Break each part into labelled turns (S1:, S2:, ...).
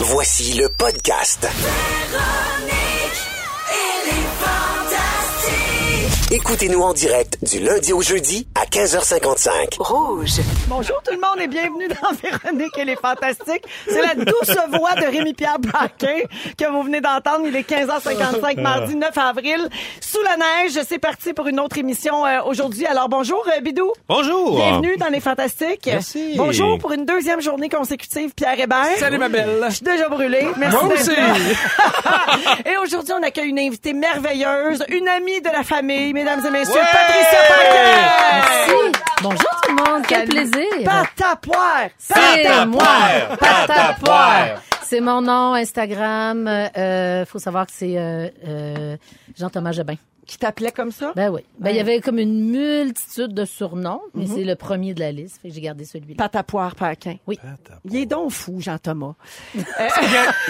S1: Voici le podcast. Écoutez-nous en direct du lundi au jeudi à 15h55.
S2: Rouge.
S3: Bonjour tout le monde et bienvenue dans Véronique et les Fantastiques. C'est la douce voix de Rémi-Pierre Paquin que vous venez d'entendre. Il est 15h55, mardi 9 avril. Sous la neige, c'est parti pour une autre émission euh, aujourd'hui. Alors bonjour euh, Bidou.
S4: Bonjour.
S3: Bienvenue dans les Fantastiques.
S4: Merci.
S3: Bonjour pour une deuxième journée consécutive, Pierre Hébert.
S4: Salut ma belle.
S3: Je suis déjà brûlée. Merci
S4: Moi
S3: d'être
S4: aussi.
S3: là. et aujourd'hui, on accueille une invitée merveilleilleuse, une amie de la famille, mesdames et messieurs,
S4: Ouais.
S3: Patricia Paquin.
S5: Merci. Bonjour tout le monde, quel plaisir.
S3: Patapoire.
S5: C'est moi,
S4: Patapoire. Ah,
S5: Patapoire. C'est mon nom, Instagram. Euh, faut savoir que c'est euh, euh, Jean-Thomas Jobin.
S3: Qui t'appelait comme ça?
S5: Ben oui. Ben, il y avait comme une multitude de surnoms, mais
S3: Mhm.
S5: c'est le premier de la liste. Fait que j'ai gardé celui-là.
S3: Patapoire Paquin.
S5: Oui.
S3: Il est donc fou, Jean-Thomas.
S6: Il y, a,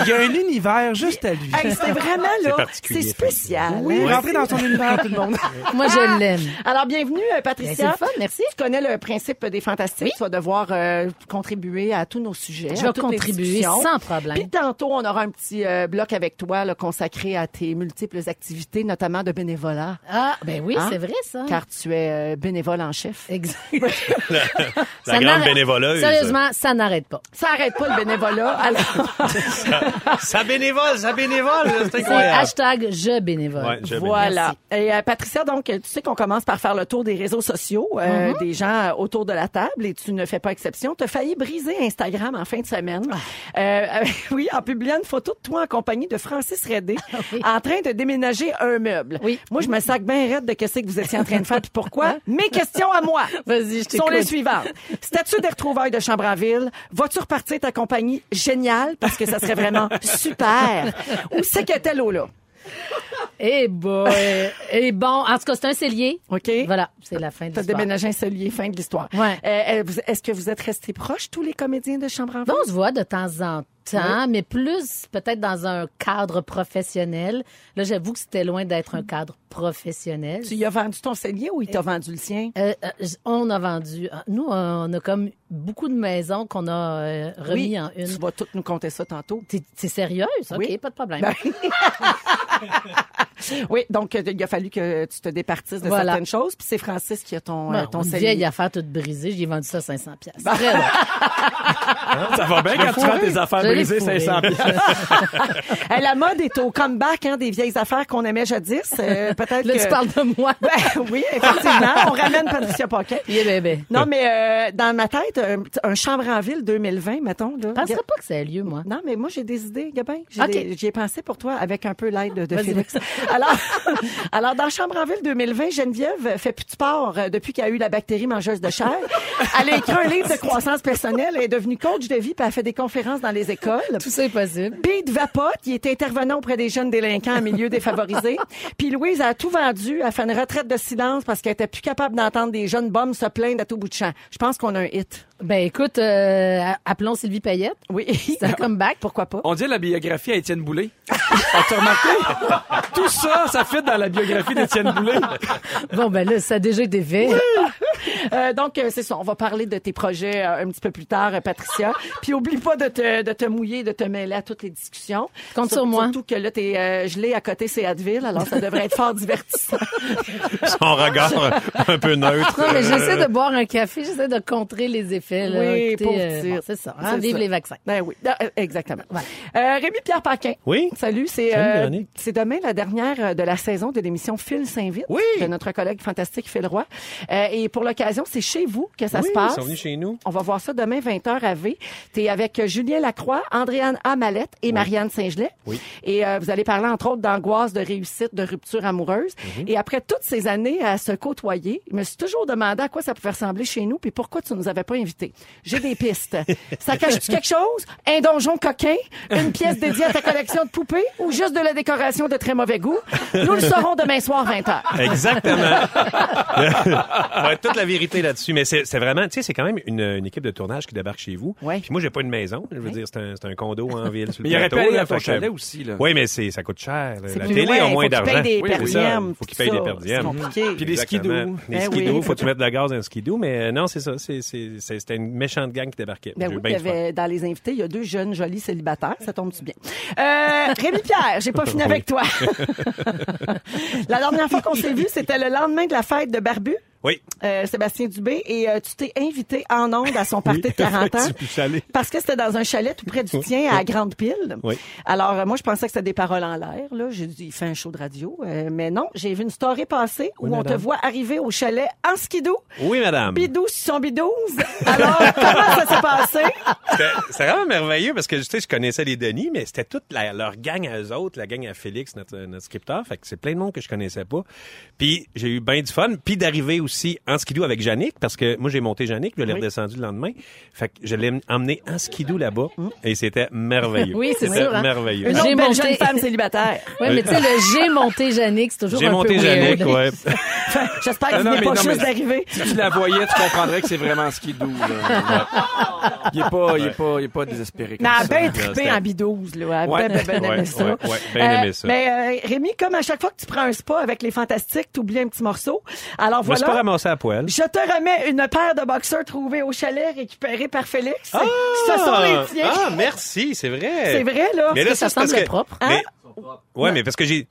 S6: il y a un univers juste à lui.
S3: Hey, c'est vraiment là, c'est
S4: particulier,
S3: spécial.
S6: Oui,
S3: hein?
S6: rentrer dans son univers, tout le monde.
S5: Moi,
S3: Ah!
S5: je l'aime.
S3: Alors, bienvenue, euh,
S5: Ben, c'est
S3: Patricia.
S5: le fun, merci.
S3: tu connais le principe des fantastiques. Tu vas devoir euh, contribuer à tous nos sujets.
S5: Je
S3: à
S5: vais
S3: toutes les
S5: contribuer
S3: discussions.
S5: sans
S3: Puis
S5: problème.
S3: tantôt, on aura un petit euh, bloc avec toi là, consacré à tes multiples activités, notamment de bénévolat,
S5: Ah, ben oui,
S3: Hein?
S5: c'est vrai ça.
S3: car tu es euh, bénévole en chef.
S5: Exact.
S4: La
S5: Ça
S4: grande
S5: n'arrête-
S4: bénévoleuse.
S5: Sérieusement, ça n'arrête pas.
S3: Ça arrête pas le bénévolat. Alors,
S4: Ça bénévole, ça bénévole, là, c'est
S5: C'est
S4: incroyable.
S5: hashtag je bénévole.
S4: Ouais,
S6: Eh
S4: je bénévole.
S3: Voilà. Et euh, Patricia, donc, tu sais qu'on commence par faire le tour des réseaux sociaux, euh,
S5: Mm-hmm.
S3: des gens euh, autour de la table, et tu ne fais pas exception. Tu as failli briser Instagram en fin de semaine.
S5: Ah.
S3: Euh, euh, oui, en publiant une photo de toi en compagnie de Francis Redé,
S5: Ah oui.
S3: en train de déménager un meuble.
S5: Oui.
S3: Moi, je me sac bien raide de qu'est-ce que vous étiez en train de faire, puis pourquoi. Mes questions à moi
S5: Vas-y, je
S3: sont les
S5: t'écoute.
S3: suivantes. Statut des retrouvailles de Chambre-à-Ville. Vas-tu repartir ta compagnie? Génial, parce que ça serait vraiment super. Où c'est que t'es, là?
S5: Eh boy. Eh bon, en tout cas, c'est un cellier.
S3: OK?
S5: Voilà, c'est la fin de
S3: T'as
S5: l'histoire.
S3: déménagé un cellier, fin de l'histoire.
S5: Ouais.
S3: Euh, euh, vous- Est-ce que vous êtes restés proches, tous les comédiens de Chambre en
S5: Ben, on se voit de temps en temps, mais plus peut-être dans un cadre professionnel. Là, j'avoue que c'était loin d'être un cadre professionnel.
S3: Tu y as vendu ton cellier ou il t'a vendu le sien?
S5: Euh, euh, j- on a vendu. Nous, euh, on a comme beaucoup de maisons qu'on a euh, remis
S3: oui,
S5: en une.
S3: tu vas tout nous compter ça tantôt.
S5: T'es t'es sérieuse?
S3: Oui. Ben,
S5: OK, pas de problème.
S3: Oui, donc euh, il a fallu que tu te départisses de
S5: Voilà.
S3: certaines choses, puis c'est Francis qui a ton, euh,
S5: Bon,
S3: ton
S5: une
S3: cellier. Ben,
S5: vieille affaire toute brisée, j'ai vendu ça 500 pièces. Très bon.
S6: Ça va bien quand tu fais tes affaires
S5: Je l'ai
S6: brisées,
S5: fourré.
S6: 500 pieds.
S3: Euh, la mode est au comeback hein, des vieilles affaires qu'on aimait jadis. Euh, Peut-être
S5: Là,
S3: que...
S5: tu parles de moi.
S3: Ben, oui, effectivement. On ramène Patricia Paquin.
S5: Il est bébé.
S3: Non, mais euh, dans ma tête, un, un Chambre en ville 2020, mettons. Là,
S5: Je penserais pas que ça ait lieu, moi.
S3: Non, mais moi, j'ai des idées, Gabin. J'ai
S5: OK.
S3: des- J'y ai pensé pour toi avec un peu l'aide de, de
S5: Vas-y.
S3: Félix. Alors, alors, dans Chambre en ville 2020, Geneviève fait plus de sport euh, depuis qu'il y a eu la bactérie mangeuse de chair. Elle a écrit un livre de croissance personnelle, elle est devenue coach de vie, puis elle fait des conférences dans les écoles.
S5: Tout ça est possible.
S3: Pete Vapote, il est intervenant auprès des jeunes délinquants en milieu défavorisé. Puis Louise a tout vendu, a fait une retraite de silence parce qu'elle était plus capable d'entendre des jeunes bombes se plaindre à tout bout de champ. Je pense qu'on a un hit.
S5: Ben écoute, euh, a- appelons Sylvie Payette.
S3: Oui.
S5: C'est un comeback.
S3: Pourquoi pas?
S6: On dit la biographie à Étienne Boulay. As-tu remarqué? Tout ça, ça fit dans la biographie d'Étienne Boulay.
S5: Bon, ben là, ça a déjà été fait.
S3: Euh, donc, euh, c'est ça. On va parler de tes projets euh, un petit peu plus tard, euh, Patricia. Puis, oublie pas de te, de te mouiller, de te mêler à toutes les discussions.
S5: Compte
S3: Sur-
S5: sur moi.
S3: Surtout que là, t'es euh, gelé à côté, c'est Advil, alors ça devrait être fort divertissant.
S4: Son regard
S3: Ah,
S4: un peu neutre.
S5: Non, mais j'essaie de boire un café, j'essaie de contrer les effets. Là.
S3: Euh. Oui,
S5: Écoutez,
S3: pauvre
S5: euh,
S3: petite.
S5: bon, c'est ça. hein,
S3: C'est
S5: vive
S3: ça.
S5: les vaccins.
S3: Ben oui, Ah, euh, exactement.
S5: Voilà.
S3: Euh, Rémi-Pierre Paquin.
S4: Oui.
S3: Salut, c'est
S4: Salut,
S3: euh,
S4: Véronique.
S3: c'est demain la dernière euh, de la saison de l'émission Phil s'invite
S4: Oui.
S3: de notre collègue fantastique Phil Roy. Euh, et pour l'occasion, c'est chez vous que ça
S4: Oui,
S3: se passe.
S4: Ils sont venus chez nous.
S3: On va voir ça demain, 20h à V. T'es avec euh, Julien Lacroix, Andréane Amalette et Marianne Saint-Gelais.
S4: Oui.
S3: Et euh, vous allez parler, entre autres, d'angoisse, de réussite, de rupture amoureuse.
S4: Mhm.
S3: Et après toutes ces années à se côtoyer, je me suis toujours demandé à quoi ça pouvait ressembler chez nous puis pourquoi tu nous avais pas invités. J'ai des pistes. ça cache-tu quelque chose? Un donjon coquin? Une pièce dédiée à ta collection de poupées? Ou juste de la décoration de très mauvais goût? Nous le saurons demain soir, 20h.
S4: Exactement. Ouais, toute la vérité là-dessus, mais c'est c'est vraiment, tu sais, c'est quand même une, une équipe de tournage qui débarque chez vous.
S3: Ouais.
S4: Puis moi, j'ai pas une maison. Je veux dire, c'est un, c'est un condo en ville. Sur le
S6: Mais il aurait pu
S4: plateau,
S6: aller
S4: là,
S6: à ton
S4: fait que-
S6: chalet aussi, là.
S4: Oui, mais c'est- ça coûte cher. là.
S3: C'est
S4: La
S3: plus
S4: télé
S3: loin,
S4: a moins
S3: faut qu'ils payent
S4: d'argent.
S3: des
S6: Oui, oui, ça,
S3: perdièmes.
S4: faut
S3: tout
S4: qu'ils payent
S3: ça.
S4: des perdièmes.
S3: C'est compliqué.
S6: Puis des
S4: Exactement.
S6: skidoo.
S4: Les
S3: Ben oui.
S4: skidoo, faut que tu mettes de la gaz dans le skidoo, mais non, c'est ça. c'est- c'est- c'est- C'était une méchante gang qui débarquait.
S3: Ben
S4: J'ai
S3: oui,
S4: eu bien
S3: il y
S4: du fun.
S3: avait- dans les invités, il y a deux jeunes jolis célibataires. Ça tombe-tu bien? Euh, Rémi Pierre, j'ai pas fini avec toi. la dernière fois qu'on s'est vu, c'était le lendemain de la fête de Barbu.
S4: Oui.
S3: euh, Sébastien Dubé, et euh, tu t'es invité en onde à son party de 40 ans.
S4: Tu peux y aller.
S3: Parce que c'était dans un chalet tout près du tien à Grande Pile.
S4: Oui.
S3: Alors, euh, moi, je pensais que c'était des paroles en l'air. Là, J'ai dit, il fait un show de radio. Euh, mais non, j'ai vu une story passer où
S4: Oui,
S3: on te
S4: madame.
S3: voit arriver au chalet en skidoo,
S4: Oui, madame.
S3: bidou sur son bidouze. Alors, comment ça s'est passé?
S4: C'était- C'est vraiment merveilleux parce que tu sais, je connaissais les Denis, mais c'était toute la- leur gang à eux autres, la gang à Félix, notre, euh, notre scripteur. Fait que c'est plein de monde que je connaissais pas. Puis j'ai eu bien du fun. Puis d'arriver aussi en skidoo avec Yannick, parce que moi j'ai monté Yannick, je l'ai redescendu le lendemain. Fait que je l'ai emmené en skidoo là-bas et c'était merveilleux.
S5: Oui, c'est
S4: C'était
S5: sûr, hein.
S4: merveilleux.
S3: Une autre
S5: J'ai
S3: belle
S5: monté.
S3: jeune femme célibataire.
S5: Oui, mais tu sais, le j'ai monté Jannick, c'est toujours
S4: J'ai
S5: un
S4: monté
S5: peu
S4: Yannick,
S5: weird.
S4: Euh. ouais.
S3: J'espère qu'il
S6: Non, non,
S3: n'est
S6: mais-
S3: pas
S6: non,
S3: juste
S6: mais-
S3: d'arriver.
S6: Si tu la voyais, tu comprendrais que c'est vraiment skidoo. là. Il est pas, il est pas, il est pas désespéré.
S3: Mais
S6: Comme
S3: elle a
S6: ça.
S3: bien trippé
S4: c'était-
S3: en bidouze, là. Elle a
S6: Ouais.
S3: bien, bien, bien aimé
S4: Ouais,
S3: ça.
S4: ouais, ouais, bien aimé ça.
S3: Mais euh, Rémi, comme à chaque fois que tu prends un spa avec les Fantastiques, t'oublies un petit morceau. Alors
S4: Je me suis pas
S3: voilà.
S4: ramassé à poil.
S3: Je te remets une paire de boxeurs trouvés au chalet récupérés par Félix.
S4: Ah!
S3: Ce sont les tiens.
S4: Ah, merci, c'est vrai.
S3: C'est vrai, là.
S4: Mais là,
S5: Ça
S4: ça, c'est parce
S5: semble
S4: que-
S5: propre. Hein?
S4: Mais... Ouais, mais parce que j'ai.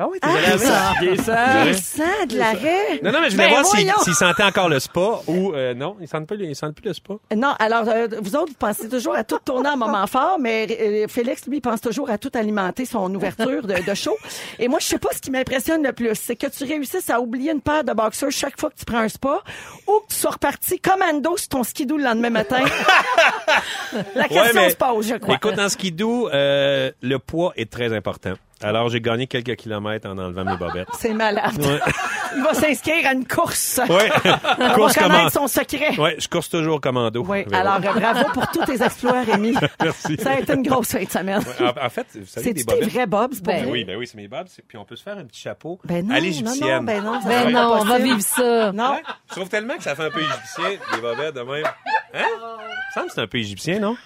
S6: Ah oui, t'es
S3: Ah,
S6: allé
S3: ça.
S6: avec. Il est sale.
S3: Il sent de l'arrêt.
S4: hein? Non, non, mais je voulais
S3: Ben
S4: voir s'il
S3: voyons.
S4: s'il sentait encore le spa ou euh, non, il sent pas, le- il sent plus le spa.
S3: Non, alors, euh, vous autres, vous pensez toujours à tout tourner en moment fort, mais euh, Félix, lui, il pense toujours à tout alimenter son ouverture de, de show. Et moi, je sais pas ce qui m'impressionne le plus, c'est que tu réussisses à oublier une paire de boxeurs chaque fois que tu prends un spa ou que tu sois reparti commando sur ton skidoo le lendemain matin. La question
S4: Ouais, mais-
S3: se pose, je crois.
S4: Écoute, dans ce skidoo, euh, le poids est très important. Alors, j'ai gagné quelques kilomètres en enlevant mes bobettes.
S3: C'est malade.
S4: Ouais.
S3: Il va s'inscrire à une course.
S4: Ouais.
S3: On va
S4: course
S3: connaître
S4: commando.
S3: son secret.
S4: Ouais, je course toujours commando.
S3: Oui,
S4: Véro.
S3: alors euh, bravo pour tous tes exploits, Rémi.
S4: Merci.
S3: Ça a été une grosse fin de semaine.
S4: En, en fait, vous savez,
S3: C'est
S4: des
S3: tu tes
S4: bobettes.
S3: vrais bobs, pour
S5: Ben
S3: vrai?
S4: Oui, ben oui, c'est mes bobs. c'est- Puis on peut se faire un petit chapeau
S3: Ben non,
S4: à
S3: non, non,
S4: l'égyptienne.
S3: ben non, ça
S5: Ben
S3: serait
S5: non,
S3: pas
S5: on va
S3: possible.
S5: vivre ça.
S3: Non.
S4: Hein? Je trouve tellement que ça fait un peu égyptien, des bobettes de même. Hein? Il me semble que c'est un peu égyptien, non?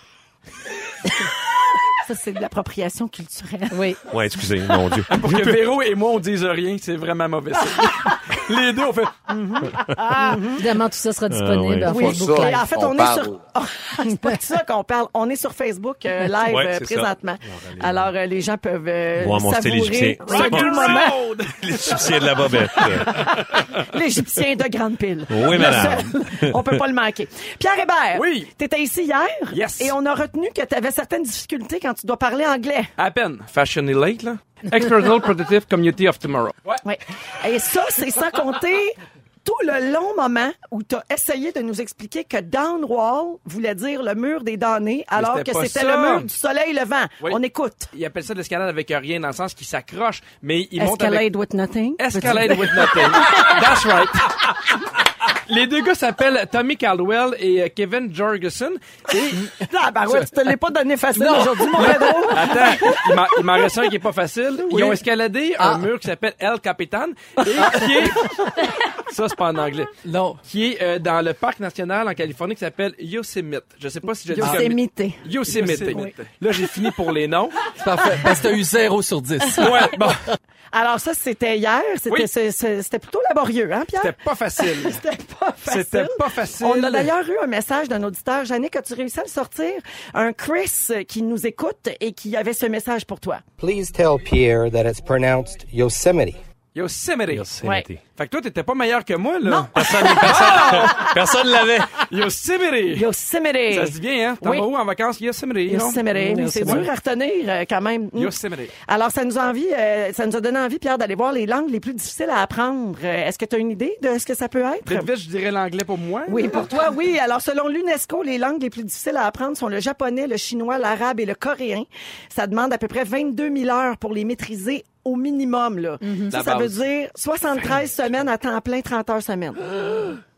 S3: Ça, c'est de l'appropriation culturelle.
S5: Oui.
S4: Ouais, excusez, mon Dieu.
S6: Pour que Véro et moi, on dise rien, c'est vraiment mauvais. signe. Les deux, on fait.
S5: Évidemment, tout ça sera disponible
S4: Ah, ouais.
S3: Oui.
S5: en Facebook
S3: Et
S5: Live.
S3: en fait,
S2: on
S3: on, est
S2: parle.
S3: sur. Ah, c'est pas de ça qu'on parle. On est sur Facebook euh, live
S4: Ouais,
S3: euh,
S4: c'est ça.
S3: présentement. Alors, euh, les gens peuvent euh,
S4: Voir mon style
S3: savourer
S4: égyptien.
S3: ce
S4: Bon.
S3: doux moment.
S4: L'égyptien de la bobette.
S3: L'Égyptien de grande pile. Le
S4: Oui, madame.
S3: seul. on peut pas le manquer. Pierre Hébert,
S6: Oui.
S3: t'étais ici hier
S6: Yes.
S3: et on a retenu que tu avais certaines difficultés quand tu dois parler anglais.
S6: À peine. Fashion Elite, là. Expertal Productive Community of Tomorrow.
S3: Oui. Et ça, c'est sans compter tout le long moment où tu as essayé de nous expliquer que downwall voulait dire le mur des damnés, alors que
S6: c'était pas
S3: c'était
S6: ça.
S3: le mur du soleil levant.
S6: Oui.
S3: On écoute.
S6: Il appelle ça l'escalade avec rien, dans le sens qu'il s'accroche, mais il monte
S3: Escalade
S6: avec...
S3: with nothing.
S6: Escalade with nothing. That's right. Les deux gars s'appellent Tommy Caldwell et euh, Kevin Jorgensen. Et...
S3: Ah, ben ouais, tu te l'es pas donné facile aujourd'hui, mon Pedro.
S6: Attends, il m'en- il m'en reste un qui est pas facile. Ils ont escaladé
S7: Ah.
S6: un mur qui s'appelle El Capitan et qui est... Ça, c'est pas en anglais.
S3: Non.
S6: Qui est euh, dans le parc national en Californie qui s'appelle Yosemite. Je sais pas si je dis comme-
S3: Yosemite.
S6: Yosemite. Là, j'ai fini pour les noms.
S7: C'est parfait. Parce que t'as eu 0 sur 10.
S6: Ouais, bon,
S3: Alors ça, c'était hier. C'était
S6: Oui.
S3: c'est- c'est- c'était plutôt laborieux, hein, Pierre?
S6: c'était pas facile.
S3: C'était pas facile.
S6: C'était pas facile.
S3: On a d'ailleurs eu un message d'un auditeur. Jannick, as-tu réussi à le sortir? Un Chris qui nous écoute et qui avait ce message pour toi.
S8: Please tell Pierre that it's pronounced Yosemite.
S6: Yosemite.
S3: Ouais.
S6: Fait que toi, t'étais pas meilleur que moi, là.
S3: Non.
S4: Personne ne l'avait.
S6: Yosemite.
S3: Yosemite.
S6: Ça se dit bien, hein? T'en
S3: Oui.
S6: vas où en vacances? Yosemite. non?
S3: Yosemite. Mais c'est dur à retenir euh, quand même. Mm.
S6: Yosemite.
S3: Alors, ça nous, a envie, euh, ça nous a donné envie, Pierre, d'aller voir les langues les plus difficiles à apprendre. Euh, Est-ce que tu as une idée de ce que ça peut être?
S6: Vite, vite, je dirais l'anglais pour moi.
S3: Mm. Oui, pour toi, oui. Alors, selon l'UNESCO, les langues les plus difficiles à apprendre sont le japonais, le chinois, l'arabe et le coréen. Ça demande à peu près 22 000 heures pour les maîtriser au minimum. Là. Ça,
S6: La
S3: ça veut
S6: base.
S3: dire 73 semaines à temps plein, 30 heures semaine.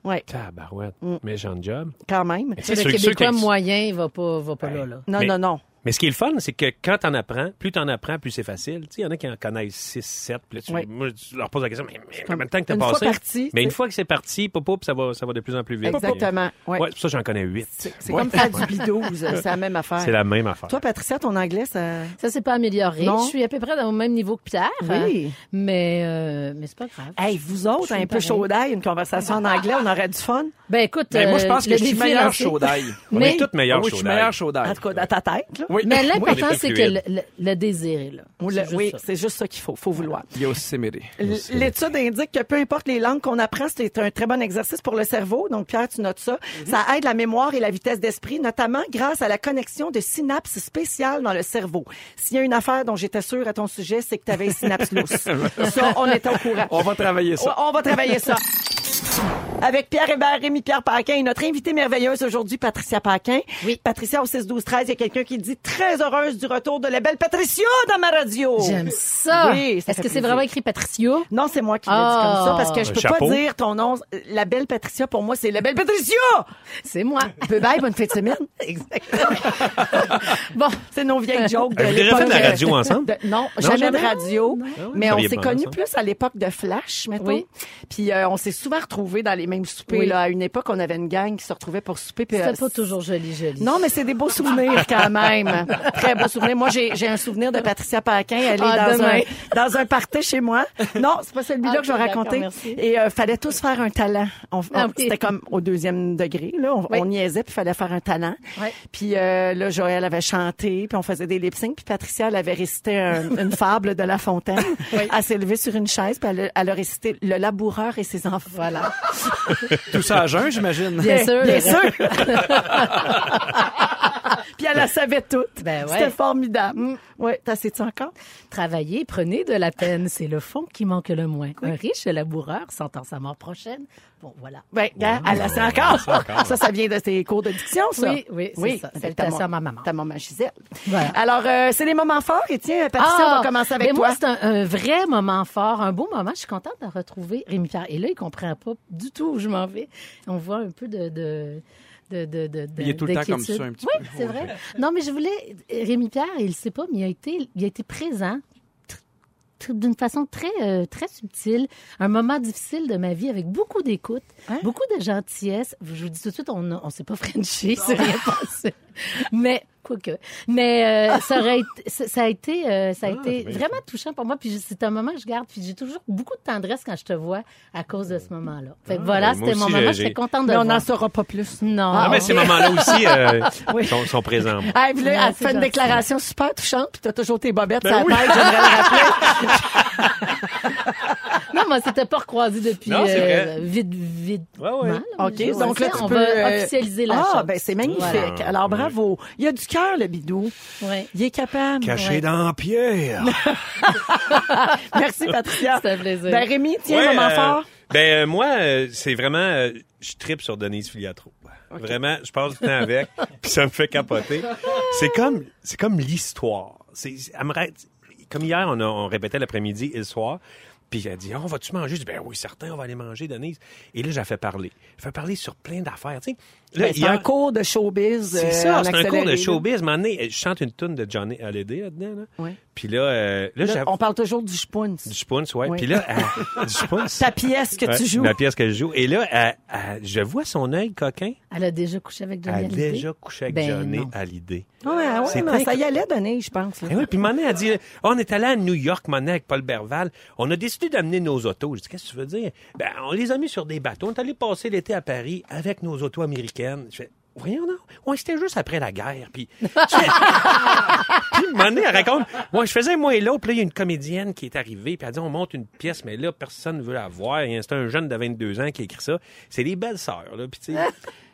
S3: oui, Mm.
S4: Tabarouette. Méchant job.
S3: quand même.
S5: Le
S4: Ceux- ceux
S5: Québécois
S4: qui-
S5: moyen, il va pas, va pas là, là.
S3: Non,
S4: Mais-
S3: non, non.
S4: Mais ce qui est le fun, c'est que quand t'en apprends, plus t'en apprends, plus c'est facile. Tu sais, il y en a qui en connaissent 6, 7. Puis là, tu,
S3: Oui.
S4: moi, je leur pose la question, mais, mais combien de temps que t'as
S3: Une fois
S4: passé?
S3: parti,
S4: mais
S3: tu
S4: une
S3: sais.
S4: fois que c'est parti, pop, pop, ça va, ça va de plus en plus vite.
S3: Exactement.
S4: Ouais,
S3: Ouais.
S4: c'est pour ça, que j'en connais 8.
S3: C'est comme faire du bidouze, c'est la même affaire.
S4: C'est la même affaire.
S3: Toi, Patricia, ton anglais, ça.
S5: Ça s'est pas amélioré.
S3: Non.
S5: Je suis à peu près au même niveau que Pierre.
S3: Oui.
S5: hein, Mais, euh, mais c'est pas grave.
S3: Hey, vous autres,
S5: Je suis
S3: un peu
S5: pareil.
S3: chaud d'ail, une conversation en anglais, on aurait du fun.
S5: Ben écoute,
S6: Ben, moi, je
S5: euh,
S6: pense
S5: le
S6: que je suis
S5: défi est
S6: meilleur
S5: lancé.
S6: chaud d'ail.
S4: On
S5: Mais-
S4: est toutes meilleures
S6: oui, je suis
S4: chaudailles.
S6: meilleur chaud d'ail.
S3: En tout cas, dans ta tête. là.
S6: Oui.
S5: Mais
S4: Oui, on
S5: l'important,
S4: est plus
S5: c'est que
S4: fluide.
S5: le, le, le désir est là.
S3: Ou
S5: C'est
S3: le-
S5: juste
S3: oui,
S5: ça.
S3: c'est juste ça qu'il faut. faut vouloir.
S6: Yosemite.
S3: L- L'étude indique que peu importe les langues qu'on apprend, c'est un très bon exercice pour le cerveau. Donc, Pierre, tu notes ça.
S6: Mhm.
S3: Ça aide la mémoire et la vitesse d'esprit, notamment grâce à la connexion de synapses spéciales dans le cerveau. S'il y a une affaire dont j'étais sûre à ton sujet, c'est que tu avais une synapse lousse. ça, on était au courant.
S6: On va travailler ça.
S3: Ouais, On va travailler ça. Avec Pierre Hébert, Rémi Pierre Paquin et notre invitée merveilleuse aujourd'hui, Patricia Paquin.
S5: Oui.
S3: Patricia, au 6 12 13 il y a quelqu'un qui dit très heureuse du retour de la belle Patricia dans ma radio.
S5: J'aime ça.
S3: Oui, ça fait
S5: Est-ce que c'est
S3: plaisir.
S5: vraiment écrit Patricio?
S3: Non, c'est moi qui l'ai dit comme ça parce que je
S4: Un
S3: peux
S4: Ah, chapeau.
S3: pas dire ton nom. La belle Patricia, pour moi, c'est la belle Patricia!
S5: C'est moi.
S3: Bye bye, bonne fête de semaine. Exactement.
S5: Bon,
S3: C'est nos vieilles jokes de
S4: Vous
S3: l'époque.
S4: devriez faire de la radio ensemble?
S3: de- non, jamais,
S4: jamais?
S3: de radio. Mais
S4: Vous
S3: on
S4: seriez
S3: s'est
S4: bonne,
S3: connus
S4: ça.
S3: plus à l'époque de Flash, mettons.
S5: Oui.
S3: Puis euh, on s'est souvent retrouvés dans les mêmes soupers.
S5: Oui.
S3: Là. À une époque, on avait une gang qui se retrouvait pour souper. Puis, euh,
S5: c'était pas toujours joli, joli.
S3: non, mais c'est des beaux souvenirs quand même. Très beaux souvenirs. Moi, j'ai j'ai un souvenir de Patricia Paquin. Elle est
S5: Ah,
S3: dans,
S5: demain.
S3: un, dans un party chez moi. Non, c'est pas celui-là
S5: Ah,
S3: que je vais
S5: ok, d'accord,
S3: raconter.
S5: merci.
S3: Et euh, fallait tous faire un talent. On- on-
S5: Ah oui.
S3: C'était comme au deuxième degré. Là. On,
S5: Oui.
S3: on niaisait, puis fallait faire un talent.
S5: Ouais.
S3: Puis euh, là, Joël avait chanté, puis on faisait des lip sync puis Patricia, elle avait récité un- une fable de La Fontaine. Elle s'est levée sur une chaise, puis elle, a- elle a récité Le laboureur et ses enfants.
S5: Voilà.
S6: Tout ça à jeun, j'imagine.
S5: Bien sûr.
S3: Bien sûr. Puis elle la savait toute.
S5: Ben ouais. Mm.
S3: C'était formidable. Ouais, t'as assez de ça encore?
S5: Travaillez, prenez de la peine. C'est le fond qui manque le moins. Un riche laboureur s'entend sa mort prochaine. Bon, voilà.
S3: Ben, gars, elle la sait encore. ça, ça vient de tes cours de diction, ça. Ben,
S5: Oui, oui, c'est ça.
S3: avec
S5: Salutations
S3: ta
S5: à ma maman.
S3: Ta maman Gisèle.
S5: Voilà. Ah,
S3: Alors, euh, c'est les moments forts. Et tiens, Patricia, on va commencer avec
S5: mais
S3: toi.
S5: Moi, c'est un, un vrai moment fort, un beau moment. Je suis contente de retrouver Rémi Pierre. Et là, il comprend pas du tout où je m'en vais. On voit un peu de. de... De, de, de,
S6: Il est tout le temps comme
S5: d'inquiétude.
S6: ça, un petit
S5: Oui, c'est vrai. Non, mais je voulais. Rémi Pierre, il ne sait pas, mais il a été, il a été présent tr- tr- d'une façon très, euh, très subtile. Un moment difficile de ma vie avec beaucoup d'écoute, beaucoup de gentillesse. Je vous dis tout de suite, on ne s'est pas frenché, c'est rien passé. Mais, quoique. Mais euh, ça, aurait été- ça- ça a été, euh, ça a été vraiment touchant pour moi. Puis je- c'est un moment que je garde. Puis j'ai toujours beaucoup de tendresse quand je te vois à cause de ce moment-là. Fait que voilà,
S4: moi
S5: c'était mon
S4: aussi,
S5: moment.
S4: j'ai-
S5: J'étais
S4: j'ai-
S5: contente de
S3: Mais
S5: le
S3: on n'en
S5: voir.
S3: saura pas plus.
S5: Non.
S4: Ah, mais
S5: ok.
S4: ces moments-là aussi euh,
S3: Oui.
S4: sont, sont présents. moi.
S3: Ah, puis là,
S5: Ouais,
S3: elle te
S5: c'est
S3: fait une
S5: gentil.
S3: déclaration super touchante, puis t'as toujours tes bobettes
S4: Ben
S6: Ben
S3: sur la tête, j'aimerais le rappeler.
S5: Non, moi, c'était pas recroisé depuis
S4: Non, c'est vrai.
S5: euh, vite, vite.
S4: Ouais, ouais.
S5: mal,
S3: OK,
S5: je sais
S3: donc
S5: pas.
S3: là, tu
S5: on
S3: peux,
S5: va
S3: euh,
S5: officialiser la
S3: Ah,
S5: chose.
S3: ben c'est magnifique.
S5: Voilà.
S3: Alors,
S4: Ben
S3: bravo. Il y a du cœur, le bidou.
S5: Ouais.
S3: Il est capable.
S4: Caché dans Pierre.
S3: Merci, Patricia.
S5: C'était un plaisir.
S3: Ben, Rémi, tiens,
S4: Ouais,
S3: moment
S4: euh,
S3: fort.
S4: Ben, euh, moi, euh, c'est vraiment. euh, je tripe sur Denise Filiatro. Vraiment, je passe du temps avec, puis ça me fait capoter. C'est comme, c'est comme l'histoire. C'est, elle me rate- comme hier, on, a- on répétait l'après-midi et le soir. Puis elle dit, on va-tu manger? Je dis, ben oui, certain, on va aller manger, Denise. Et là, j'ai fait parler. J'ai fait parler sur plein d'affaires. Tu sais, là,
S3: Ben, c'est
S4: hier-
S3: un cours de showbiz.
S4: c'est
S3: euh,
S4: ça,
S3: en
S4: c'est un
S3: accéléré,
S4: cours de
S3: là.
S4: showbiz. Mais je chante une tune de Johnny Hallyday là-dedans. Là.
S3: Ouais.
S4: Puis là, euh,
S3: Là,
S4: là, j'avais-
S3: on parle toujours du spoons.
S4: du Spoons, ouais.
S3: Oui.
S4: Puis là, elle- du Spoons.
S3: Ta pièce que tu
S4: Ouais,
S3: joues.
S4: La pièce que je joue. Et là, elle- elle- je vois son œil coquin.
S5: Elle a déjà couché avec
S4: Elle
S5: Johnny
S4: a
S5: Hallyday.
S4: déjà couché avec
S5: Ben
S4: Johnny
S5: non.
S4: Hallyday.
S3: Ouais, ouais,
S4: C'est
S3: mais
S4: dingue.
S3: ça y allait donner, je pense. là.
S4: Et Eh oui, puis Manet a dit, on est allé à New York, Manet, avec Paul Berval. On a décidé d'amener nos autos. Je dis, qu'est-ce que tu veux dire? Ben, on les a mis sur des bateaux. On est allé passer l'été à Paris avec nos autos américaines. Je fais, voyons non. Ouais, c'était juste après la guerre. Puis, je fais- puis Manet, elle raconte, ouais, je faisais moi et l'autre. Puis là, il y a une comédienne qui est arrivée. Puis elle dit, on monte une pièce, mais là, personne ne veut la voir. Et C'est un jeune de 22 ans qui écrit ça. C'est les belles sœurs, là. Puis tu sais,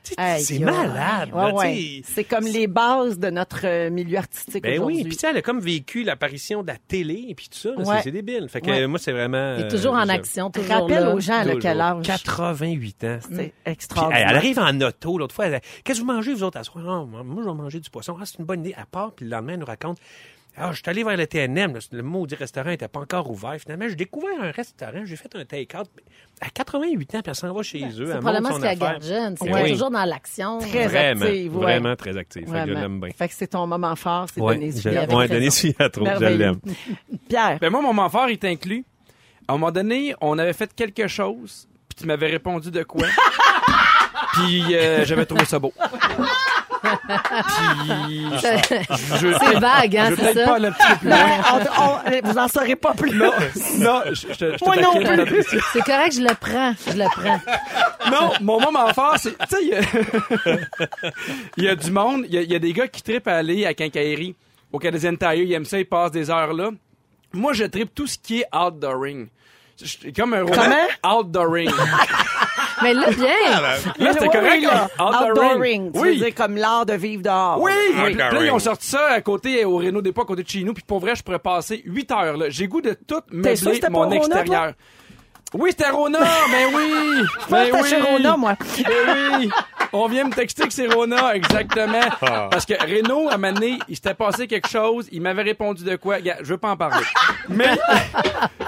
S4: tu sais,
S3: Aïe,
S4: c'est
S3: aïe.
S4: malade, là,
S3: Ouais,
S4: tu
S3: ouais.
S4: sais.
S3: C'est comme les bases de notre euh, milieu artistique
S4: Ben oui,
S3: aujourd'hui.
S4: puis tu sais, elle a comme vécu l'apparition de la télé et puis tout ça. là, c'est-
S3: Ouais.
S4: C'est débile. Fait que
S3: Ouais.
S4: euh, moi, c'est vraiment...
S5: Il est
S4: euh,
S5: toujours en
S4: je-
S5: action, toujours
S3: Rappelle
S5: là.
S3: aux gens à
S4: toujours.
S3: quel âge.
S4: 88 ans.
S3: C'est
S4: Puis, elle,
S3: extraordinaire.
S4: elle arrive en auto l'autre oh, fois. Elle dit, Qu'est-ce que vous mangez, vous autres, à soir? Ah, moi, moi, je vais manger du poisson. Ah, c'est une bonne idée. Elle part, puis le lendemain, elle nous raconte. Ah, je suis allé vers le TNM. là, le maudit restaurant n'était pas encore ouvert. Finalement, j'ai découvert un restaurant. J'ai fait un take-out. À 88 ans, puis elle s'en va chez eux.
S5: C'est
S4: elle monte
S5: probablement
S4: son
S5: ce qu'elle
S4: affaire.
S5: garde jeune. C'est
S4: Oui.
S5: qu'elle est toujours dans l'action.
S3: Très
S4: Vraiment,
S3: active, ouais.
S4: vraiment très active. Fait que je
S3: Vraiment.
S4: l'aime bien.
S3: Fait que c'est ton moment fort, c'est
S4: Ouais,
S3: Denise
S4: je-
S3: Fillon.
S4: ouais, Denise Fiatro, je
S3: Merveilleux.
S4: l'aime.
S3: Pierre.
S6: Ben moi, mon moment fort est inclus. À un moment donné, on avait fait quelque chose, puis tu m'avais répondu de quoi. puis euh, j'avais trouvé ça beau. puis je,
S5: C'est vague, hein,
S6: je
S5: c'est
S6: peut-être
S5: ça?
S6: pas le petit plus.
S3: Non, on- on- vous en saurez pas plus.
S6: Non, je, je, te- je te
S3: Moi non
S6: taquine,
S3: plus.
S6: Patricia.
S5: C'est correct, je le prends. Je le prends.
S6: Non, mon moment fort, c'est. Tu sais, il y a- il y, a du monde, il y a, il y a des gars qui tripent à aller à Quincaillerie. Au Canadien Tire, ils aiment ça, ils passent des heures là. Moi, je tripe tout ce qui est outdooring. Je- Comme un robot. Outdooring.
S5: Mais là,
S3: Ah, ben,
S5: bien.
S6: Là, c'était
S3: Oui,
S6: correct.
S3: oui, là.
S6: outdooring.
S3: Outdooring. Tu veux
S6: Oui.
S3: dire comme l'art de vivre dehors.
S6: Oui, Puis là,
S4: Outdooring.
S6: ils ont sorti ça à côté, au Renault Dépôt, à côté de chez nous. Puis pour vrai, je pourrais passer 8 heures. là. J'ai goût de tout
S3: sûr que
S6: meubler
S3: c'était pas
S6: mon
S3: Rona,
S6: extérieur. Oui, c'était Rona, mais oui!
S3: Moi,
S6: mais
S3: c'était chez
S6: oui.
S3: Rona, moi.
S6: Eh oui! On vient me texter que c'est Rona, exactement. Parce que Renaud, à un moment donné, il s'était passé quelque chose, il m'avait répondu de quoi. Gars, je veux pas en parler. Mais,